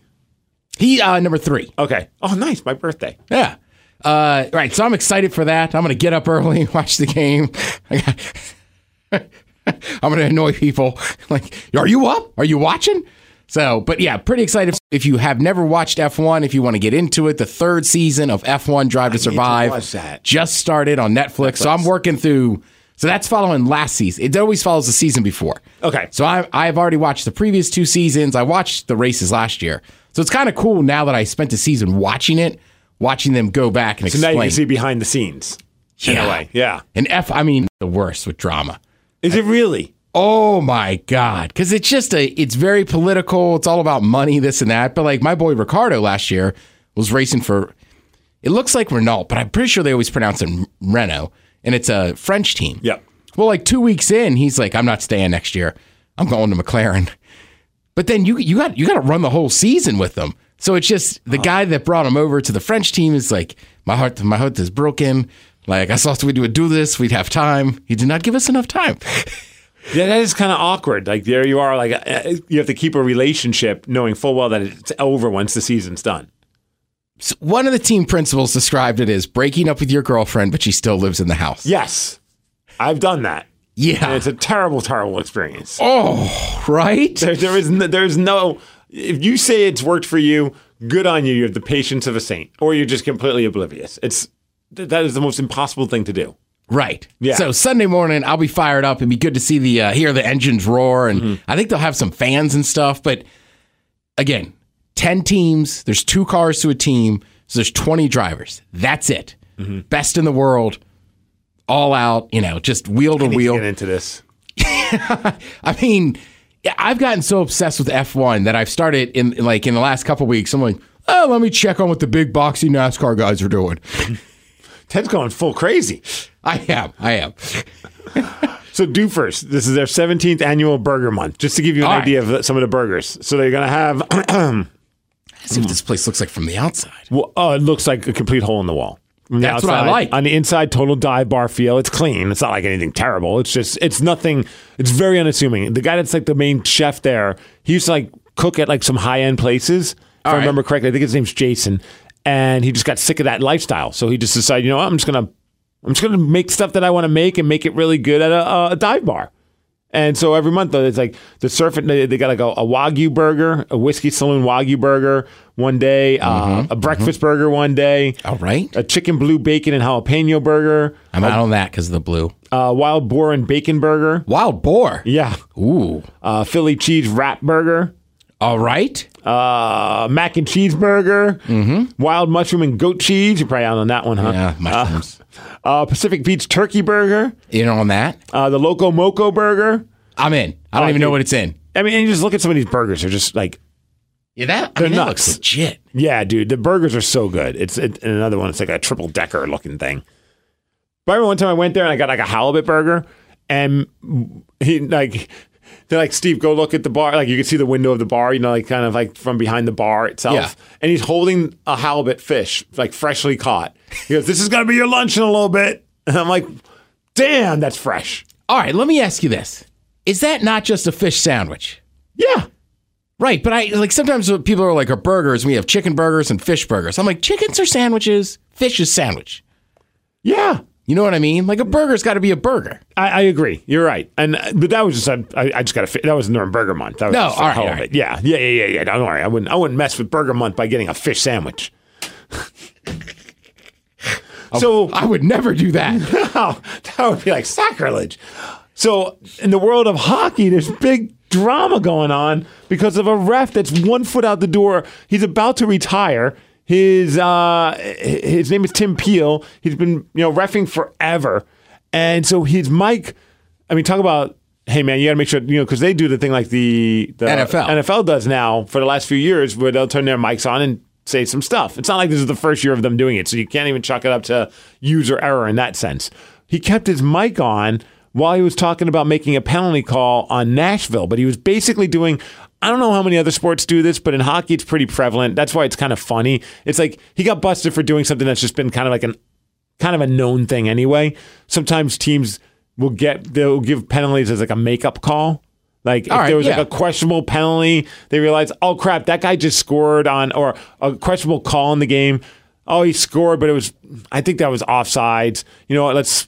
Speaker 1: He uh, number three.
Speaker 3: Okay. Oh, nice. My birthday.
Speaker 1: Yeah. Uh, right. So I'm excited for that. I'm gonna get up early, watch the game. I got- I'm gonna annoy people. Like, are you up? Are you watching? So, but yeah, pretty excited. If you have never watched F1, if you want to get into it, the third season of F1 Drive to Survive
Speaker 3: watch that.
Speaker 1: just started on Netflix. So I'm working through. So that's following last season. It always follows the season before.
Speaker 3: Okay.
Speaker 1: So I, I've already watched the previous two seasons. I watched the races last year. So it's kind of cool now that I spent a season watching it, watching them go back and
Speaker 3: So now
Speaker 1: explain.
Speaker 3: you can see behind the scenes. in a way. Yeah.
Speaker 1: And F, I mean, the worst with drama.
Speaker 3: Is it really?
Speaker 1: Oh my God. Because it's just a, it's very political. It's all about money, this and that. But like my boy Ricardo last year was racing for, it looks like Renault, but I'm pretty sure they always pronounce it Renault. And it's a French team.
Speaker 3: Yep.
Speaker 1: Well, like two weeks in, he's like, "I'm not staying next year. I'm going to McLaren." But then you you got you got to run the whole season with them. So it's just the guy that brought him over to the French team is like, "My heart, my heart is broken. Like I thought we would do this, we'd have time. He did not give us enough time.
Speaker 3: Yeah, that is kind of awkward. Like there you are, like uh, you have to keep a relationship knowing full well that it's over once the season's done.
Speaker 1: So one of the team principals described it as breaking up with your girlfriend, but she still lives in the house.
Speaker 3: Yes, I've done that. And
Speaker 1: Yeah.
Speaker 3: it's a terrible, terrible experience.
Speaker 1: Oh, right?
Speaker 3: There, there is no, there's no. If you say it's worked for you, good on you. You have the patience of a saint, or you're just completely oblivious. It's th- that is the most impossible thing to do.
Speaker 1: Right.
Speaker 3: Yeah.
Speaker 1: So Sunday morning, I'll be fired up. It'd be good to see the uh, hear the engines roar, and
Speaker 3: Mm-hmm.
Speaker 1: I think they'll have some fans and stuff. But again, ten teams. There's two cars to a team, so there's twenty drivers. That's it.
Speaker 3: Mm-hmm.
Speaker 1: Best in the world, all out. You know, just wheel to
Speaker 3: Need to
Speaker 1: wheel.
Speaker 3: get into this.
Speaker 1: I mean, yeah, I've gotten so obsessed with F1 that I've started in like in the last couple weeks. I'm like, oh, let me check on what the big boxy NASCAR guys are doing.
Speaker 3: Ted's going full crazy.
Speaker 1: I am. I am.
Speaker 3: So do first. This is their 17th annual burger month. Just to give you an
Speaker 1: All right.
Speaker 3: idea of the- some of the burgers. So they're gonna have.
Speaker 1: Let's see what this place looks like from the outside.
Speaker 3: Well, oh, it looks like a complete hole in the wall. On the
Speaker 1: That's what I
Speaker 3: outside-
Speaker 1: like.
Speaker 3: On the inside, total dive bar feel. It's clean. It's not like anything terrible. It's just, it's nothing. It's very unassuming. The guy that's like the main chef there, he used to like cook at like some high end places. If I
Speaker 1: right.
Speaker 3: remember correctly, I think his name's Jason. And he just got sick of that lifestyle. So he just decided, you know what, I'm just going to, I'm just going to make stuff that I want to make and make it really good at a, a dive bar. And so every month, though, it's like the surfing. They, they got like a, a wagyu burger, a whiskey saloon wagyu burger one day, uh, a breakfast burger one day,
Speaker 1: All right.
Speaker 3: a chicken blue bacon and jalapeno burger,
Speaker 1: I'm out on that because of the blue.
Speaker 3: a wild boar and bacon burger.
Speaker 1: Wild boar.
Speaker 3: Yeah,
Speaker 1: Ooh.
Speaker 3: uh, Philly cheese wrap burger,
Speaker 1: All right.
Speaker 3: uh, mac and cheese burger, wild mushroom and goat cheese. You're probably out on that one, huh?
Speaker 1: Yeah, mushrooms.
Speaker 3: Uh, Pacific Beach turkey burger,
Speaker 1: in on that.
Speaker 3: uh, the Loco Moco burger.
Speaker 1: I'm in. I
Speaker 3: Oh,
Speaker 1: don't even know
Speaker 3: dude.
Speaker 1: what it's in.
Speaker 3: I mean, and you just look at some of these burgers. They're just like
Speaker 1: Yeah, that, I
Speaker 3: They're
Speaker 1: mean, that
Speaker 3: nuts.
Speaker 1: looks legit.
Speaker 3: Yeah, dude, the burgers are so good. It's it, and another one. It's like a triple decker looking thing. But I remember one time I went there and I got like a halibut burger, and he like they're like Steve, go look at the bar. Like you can see the window of the bar, you know, like kind of like from behind the bar itself.
Speaker 1: Yeah.
Speaker 3: And he's holding a halibut fish, like freshly caught. He goes, "This is gonna be your lunch in a little bit," and I'm like, "Damn, that's fresh."
Speaker 1: All right, let me ask you this. Is that not just a fish sandwich?
Speaker 3: Yeah.
Speaker 1: Right, but I like sometimes when people are like our burgers, we have chicken burgers and fish burgers. I'm like, chickens are sandwiches, fish is sandwich.
Speaker 3: Yeah.
Speaker 1: You know what I mean? Like a burger's got to be a burger.
Speaker 3: I, I agree. You're right, and uh, but that was just I, I I just got a fi- that was Nuremberger month. That was
Speaker 1: No,
Speaker 3: just the
Speaker 1: all right,
Speaker 3: hell
Speaker 1: all
Speaker 3: of
Speaker 1: right.
Speaker 3: it. Yeah, yeah, yeah, yeah, yeah. Don't worry, I wouldn't I wouldn't mess with Burger month by getting a fish sandwich.
Speaker 1: Oh,
Speaker 3: so
Speaker 1: I would never do that.
Speaker 3: Oh, that would be like sacrilege. So in the world of hockey, there's big drama going on because of a ref that's one foot out the door. He's about to retire. His uh, his name is Tim Peel. He's been you know refing forever, and so his mic. I mean, talk about hey man, you got to make sure you know because they do the thing like the, the
Speaker 1: NFL.
Speaker 3: NFL does now for the last few years where they'll turn their mics on and say some stuff. It's not like this is the first year of them doing it, so you can't even chalk it up to user error in that sense. He kept his mic on while he was talking about making a penalty call on Nashville, but he was basically doing I don't know how many other sports do this, but in hockey it's pretty prevalent. That's why it's kind of funny. It's like he got busted for doing something that's just been kind of like an kind of a known thing anyway. Sometimes teams will get they'll give penalties as like a makeup call. Like if
Speaker 1: All right,
Speaker 3: there was
Speaker 1: yeah.
Speaker 3: like a questionable penalty, they realize, oh crap, that guy just scored on or a questionable call in the game. Oh, he scored, but it was I think that was offsides. You know what? Let's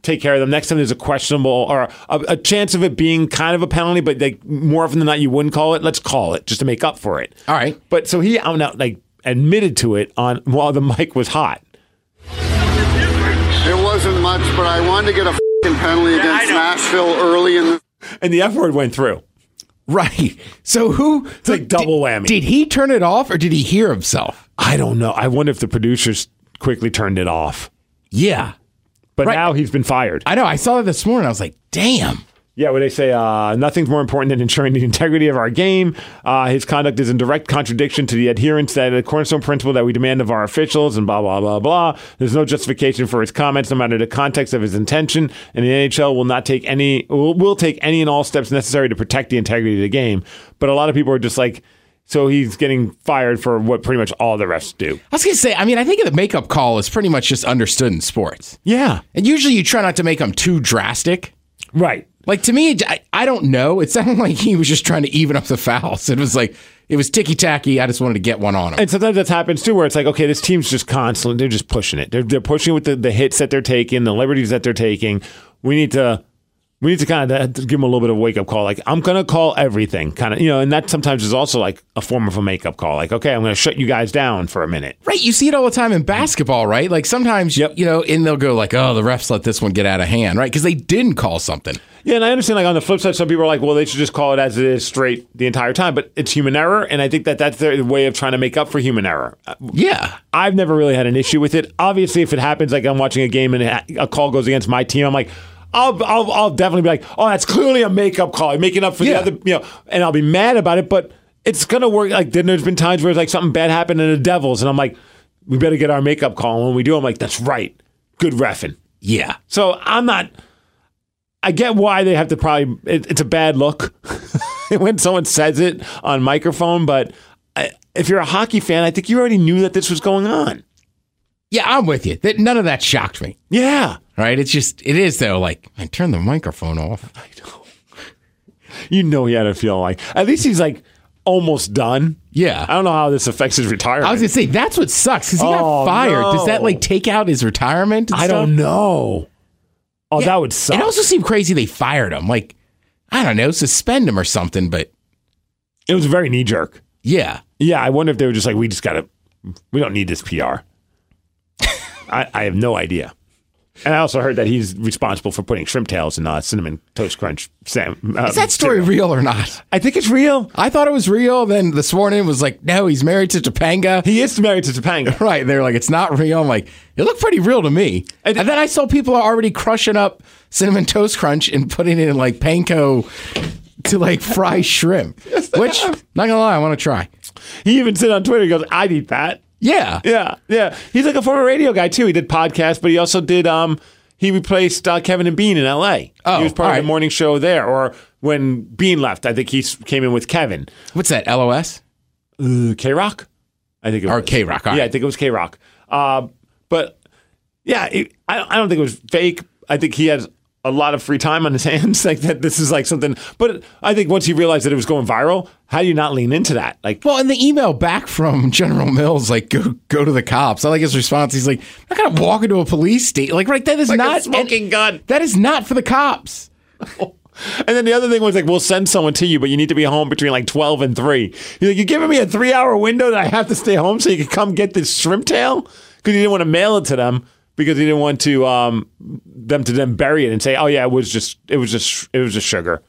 Speaker 3: take care of them. Next time there's a questionable or a, a chance of it being kind of a penalty, but like more often than not, you wouldn't call it. Let's call it just to make up for it.
Speaker 1: All right.
Speaker 3: But so he out and out like admitted to it on while the mic was hot.
Speaker 8: It wasn't much, but I wanted to get a f***ing penalty against Nashville early in the
Speaker 3: and the F word went through.
Speaker 1: right. So who It's
Speaker 3: like double whammy.
Speaker 1: Did he turn it off or did he hear himself?
Speaker 3: I don't know. I wonder if the producers quickly turned it off.
Speaker 1: Yeah.
Speaker 3: But
Speaker 1: Right.
Speaker 3: now he's been fired.
Speaker 1: I know. I saw that this morning. I was like, damn.
Speaker 3: Yeah, where they say uh, nothing's more important than ensuring the integrity of our game. Uh, his conduct is in direct contradiction to the adherence that the cornerstone principle that we demand of our officials, and blah blah blah blah. There's no justification for his comments, no matter the context of his intention. And the NHL will not take any will, will take any and all steps necessary to protect the integrity of the game. But a lot of people are just like, So he's getting fired for what pretty much all the refs do.
Speaker 1: I was gonna say, I mean, I think the makeup call is pretty much just understood in sports,
Speaker 3: Yeah.
Speaker 1: and usually you try not to make them too drastic.
Speaker 3: Right.
Speaker 1: Like to me, I, I don't know. It sounded like he was just trying to even up the fouls. It was like it was ticky tacky. I just wanted to get one on him.
Speaker 3: And sometimes that happens too, where it's like, okay, this team's just constant. They're just pushing it. They're, they're pushing with the, the hits that they're taking, the liberties that they're taking. We need to, we need to kind of give them a little bit of a wake up call. Like, I'm gonna call everything, kind of, you know. And that sometimes is also like a form of a make up call. Like, okay, I'm gonna shut you guys down for a minute.
Speaker 1: Right, you see it all the time in basketball, right? Like sometimes, you know, and they'll go like, "Oh, the refs let this one get out of hand," right? Because they didn't call something.
Speaker 3: Yeah, and I understand. Like on the flip side, some people are like, well, they should just call it as it is, straight the entire time. But it's human error, and I think that that's their way of trying to make up for human error.
Speaker 1: Yeah,
Speaker 3: I've never really had an issue with it. Obviously, if it happens, like I'm watching a game and a- a call goes against my team, I'm like, I'll, I'll, I'll definitely be like, oh, that's clearly a makeup call. I'm making up for
Speaker 1: Yeah.
Speaker 3: the other, you know, and I'll be mad about it, but it's going to work. Like, then there's been times where it's like something bad happened in the Devils, and I'm like, we better get our makeup call. And when we do, I'm like, that's right. Good refing.
Speaker 1: yeah.
Speaker 3: So I'm not. I get why they have to probably. It, it's a bad look when someone says it on microphone, but I, if you're a hockey fan, I think you already knew that this was going on.
Speaker 1: Yeah, I'm with you. That none of that shocked me.
Speaker 3: Yeah,
Speaker 1: Right? It's just it is though. Like, I turn the microphone off.
Speaker 3: you know he had to feel like. At least he's like almost done.
Speaker 1: Yeah.
Speaker 3: I don't know how this affects his retirement.
Speaker 1: I was gonna say that's what sucks because he
Speaker 3: Oh,
Speaker 1: got fired. Does that
Speaker 3: no.
Speaker 1: like take out his retirement? and
Speaker 3: I don't
Speaker 1: stuff?
Speaker 3: know. Oh, that would suck.
Speaker 1: It also seemed crazy they fired him. Like, I don't know, suspend him or something. But
Speaker 3: it was very knee jerk.
Speaker 1: yeah,
Speaker 3: Yeah, I wonder if they were just like, we just gotta, we don't need this PR. I, I have no idea. And I also heard that he's responsible for putting shrimp tails in uh, cinnamon toast crunch. Sam, uh,
Speaker 1: is that story
Speaker 3: cereal.
Speaker 1: real or not?
Speaker 3: I think it's real.
Speaker 1: I thought it was real. Then the sworn in was like, no, he's married to Topanga.
Speaker 3: He is married to Topanga.
Speaker 1: Right. They're like, it's not real. I'm like, it looked pretty real to me.
Speaker 3: And-
Speaker 1: And, then I saw people are already crushing up cinnamon toast crunch and putting it in like panko to like fry shrimp, which, not gonna lie, I want to try.
Speaker 3: He even said on Twitter, he goes, "I'd eat that."
Speaker 1: Yeah.
Speaker 3: Yeah, yeah. He's like a former radio guy too. He did podcasts, but he also did. Um, he replaced uh, Kevin and Bean in L.A.
Speaker 1: Oh,
Speaker 3: he was part
Speaker 1: all
Speaker 3: of
Speaker 1: right.
Speaker 3: the morning show there. Or when Bean left, I think he s- came in with Kevin.
Speaker 1: What's that? LOS?
Speaker 3: K Rock. I think it
Speaker 1: Or
Speaker 3: was
Speaker 1: K-Rock, all
Speaker 3: Yeah, I
Speaker 1: right.
Speaker 3: think it was K Rock. Uh, but yeah, it, I I don't think it was fake. I think he has a lot of free time on his hands. Like that, this is like something. But I think once he realized that it was going viral, how do you not lean into that? Like,
Speaker 1: Well, and the email back from General Mills, like, go go to the cops. I like his response. He's like, I'm not gonna walk into a police station. Like, right, that is
Speaker 3: Like a
Speaker 1: not
Speaker 3: smoking gun.
Speaker 1: That is not for the cops.
Speaker 3: and then the other thing was like, we'll send someone to you, but you need to be home between like twelve and three. He's like, you're giving me a three hour window that I have to stay home so you can come get this shrimp tail because he didn't want to mail it to them because he didn't want to um, them to then bury it and say, oh yeah, it was just it was just it was just sugar.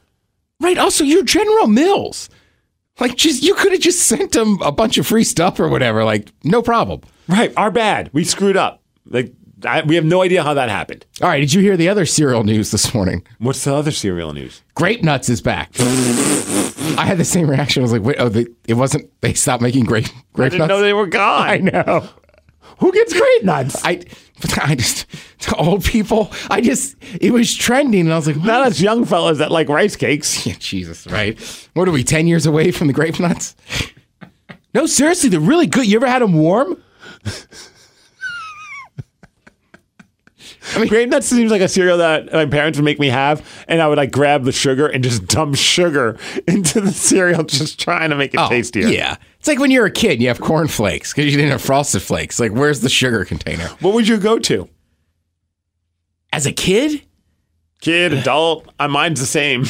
Speaker 1: Right. Also, you're General Mills. Like, just you could have just sent him a bunch of free stuff or whatever. Like, no problem.
Speaker 3: Right, our bad. We screwed up. Like I, we have no idea how that happened.
Speaker 1: All right. Did you hear the other cereal news this morning?
Speaker 3: What's the other cereal news?
Speaker 1: Grape Nuts is back. I had the same reaction. I was like, wait, oh, they, it wasn't. They stopped making grape grape nuts.
Speaker 3: Didn't know they were gone.
Speaker 1: I know.
Speaker 3: Who gets grape nuts?
Speaker 1: I, I just to old people. I just it was trending, and I was like, what
Speaker 3: Not
Speaker 1: is-
Speaker 3: us young fellas that like rice cakes.
Speaker 1: Yeah, Jesus, right? What are we ten years away from the grape nuts? No, seriously, they're really good. You ever had them warm?
Speaker 3: Grape nuts seems like a cereal that my parents would make me have, and I would like grab the sugar and just dump sugar into the cereal, just trying to make it tastier.
Speaker 1: Oh, Yeah. It's like when you're a kid and you have corn flakes because you didn't have frosted flakes. Like, where's the sugar container?
Speaker 3: What would you go to?
Speaker 1: As a kid,
Speaker 3: Kid, adult, uh, mine's the same.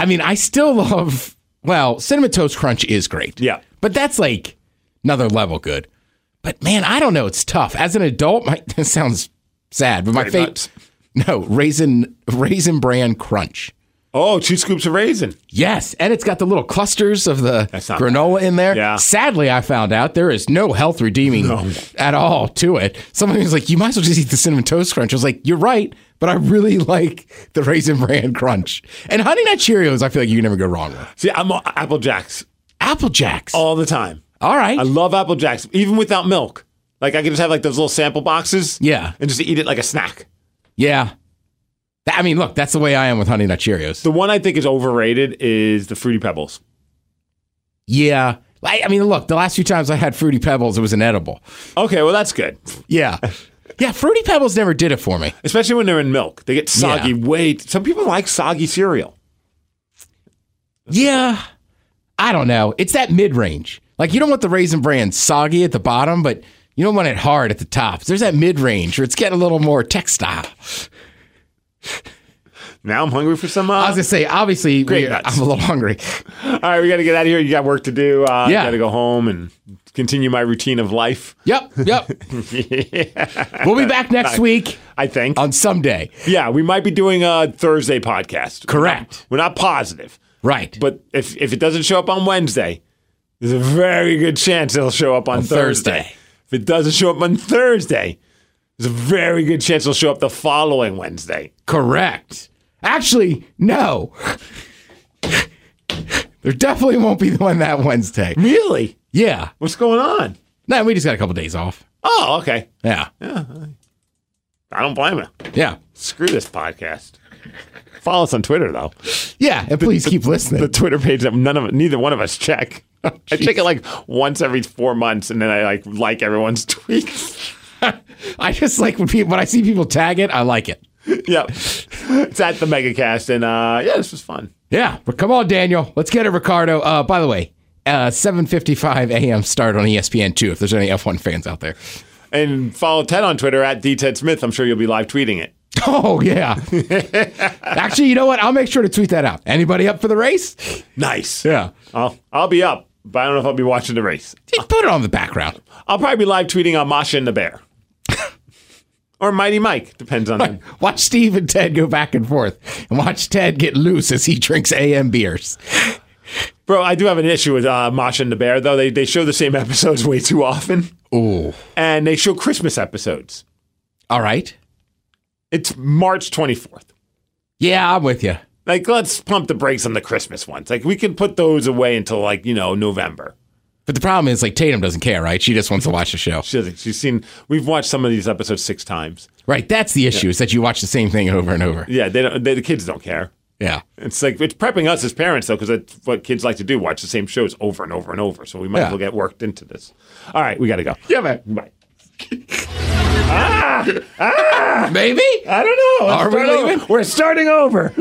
Speaker 1: I mean, I still love, well, Cinnamon Toast Crunch is great.
Speaker 3: Yeah.
Speaker 1: But that's like another level good. But man, I don't know. It's tough. As an adult, my, this sounds sad, but my
Speaker 3: Grape
Speaker 1: favorite.
Speaker 3: nuts.
Speaker 1: No, Raisin, Raisin Bran Crunch.
Speaker 3: Oh, two scoops of raisin.
Speaker 1: Yes, and it's got the little clusters of the
Speaker 3: That's not
Speaker 1: granola in there.
Speaker 3: Yeah.
Speaker 1: Sadly, I found out there is no health redeeming at all to it. Somebody was like, "You might as well just eat the cinnamon toast crunch." I was like, "You're right," but I really like the raisin bran crunch and honey nut Cheerios. I feel like you can never go wrong with
Speaker 3: See, I'm all Apple Jacks
Speaker 1: Apple Jacks.
Speaker 3: all the time.
Speaker 1: all right,
Speaker 3: I love Apple Jacks, even without milk. Like I can just have like those little sample boxes.
Speaker 1: Yeah.
Speaker 3: And just eat it like a snack.
Speaker 1: yeah. Th- I mean, look, that's the way I am with honey nut Cheerios.
Speaker 3: The one I think is overrated is the Fruity Pebbles.
Speaker 1: Yeah, I, I mean, look, the last few times I had Fruity Pebbles, it was an edible.
Speaker 3: Okay, well that's good.
Speaker 1: Yeah. Yeah, Fruity Pebbles never did it for me.
Speaker 3: Especially when they're in milk. They get soggy.
Speaker 1: Yeah.
Speaker 3: Wait, some people like soggy cereal.
Speaker 1: Yeah. I don't know. It's that mid range. Like, you don't want the raisin bran soggy at the bottom, but you don't want it hard at the top. There's that mid range where it's getting a little more textile.
Speaker 3: Now I'm hungry for some. Uh,
Speaker 1: I was going to say, obviously,
Speaker 3: Great
Speaker 1: we-
Speaker 3: nuts.
Speaker 1: I'm a little hungry.
Speaker 3: all right, we got to get out of here. You got work to do. Uh,
Speaker 1: Yeah.
Speaker 3: got to go home and continue my routine of life.
Speaker 1: Yep. Yep. We'll be back next week
Speaker 3: I think.
Speaker 1: on Someday.
Speaker 3: yeah, we might be doing a Thursday podcast.
Speaker 1: Correct.
Speaker 3: We're not positive,
Speaker 1: Right.
Speaker 3: but if if it doesn't show up on Wednesday, there's a very good chance it'll show up on,
Speaker 1: On
Speaker 3: Thursday.
Speaker 1: Thursday.
Speaker 3: If it doesn't show up on Thursday, there's a very good chance it'll show up the following Wednesday.
Speaker 1: Correct. Actually, no. there definitely won't be the one that Wednesday.
Speaker 3: Really?
Speaker 1: Yeah.
Speaker 3: What's going on?
Speaker 1: No, we just got a couple days off.
Speaker 3: Oh, okay.
Speaker 1: Yeah.
Speaker 3: I don't blame her.
Speaker 1: Yeah.
Speaker 3: Screw this podcast. Follow us on Twitter though.
Speaker 1: Yeah. And please keep listening.
Speaker 3: The Twitter page that none of neither one of us check. I check it like once every four months, and then I like like everyone's tweets.
Speaker 1: I just like when people when I see people tag it, I like it.
Speaker 3: yep, it's at the MegaCast, and uh, yeah, this was fun.
Speaker 1: Yeah, but come on, Daniel, let's get it, Ricardo. Uh, by the way, uh, 7:55 a.m. start on E ESPN two. If there's any F1 fans out there,
Speaker 3: And follow Ted on Twitter at dted Smith. I'm sure you'll be live tweeting it.
Speaker 1: oh yeah. Actually, you know what? I'll make sure to tweet that out. Anybody up for the race?
Speaker 3: Nice.
Speaker 1: Yeah,
Speaker 3: I'll I'll be up, but I don't know if I'll be watching the race.
Speaker 1: just put it on the background.
Speaker 3: I'll probably be live tweeting on Masha and the Bear, or Mighty Mike, depends on. Him.
Speaker 1: Watch Steve and Ted go back and forth, and watch Ted get loose as he drinks AM beers.
Speaker 3: Bro, I do have an issue with uh, Masha and the Bear, though. They, they show the same episodes way too often.
Speaker 1: Ooh,
Speaker 3: And they show Christmas episodes.
Speaker 1: all right.
Speaker 3: It's March 24th.
Speaker 1: Yeah, I'm with you.
Speaker 3: Like, let's pump the brakes on the Christmas ones. Like, we can put those away until, like, you know, November.
Speaker 1: But the problem is, like Tatum doesn't care, right? She just wants to watch the show.
Speaker 3: She doesn't, she's seen, we've watched some of these episodes six times.
Speaker 1: Right. That's the issue is that you watch the same thing over and over.
Speaker 3: Yeah, they don't, they, the kids don't care.
Speaker 1: Yeah.
Speaker 3: It's like, it's prepping us as parents, though, because that's what kids like to do watch the same shows over and over and over. So we might as
Speaker 1: Yeah.
Speaker 3: well get worked into this. All right, we got to go.
Speaker 1: Yeah, man.
Speaker 3: Bye.
Speaker 1: Maybe.
Speaker 3: I don't know.
Speaker 1: Are we
Speaker 3: Start over.
Speaker 1: leaving?
Speaker 3: We're starting over.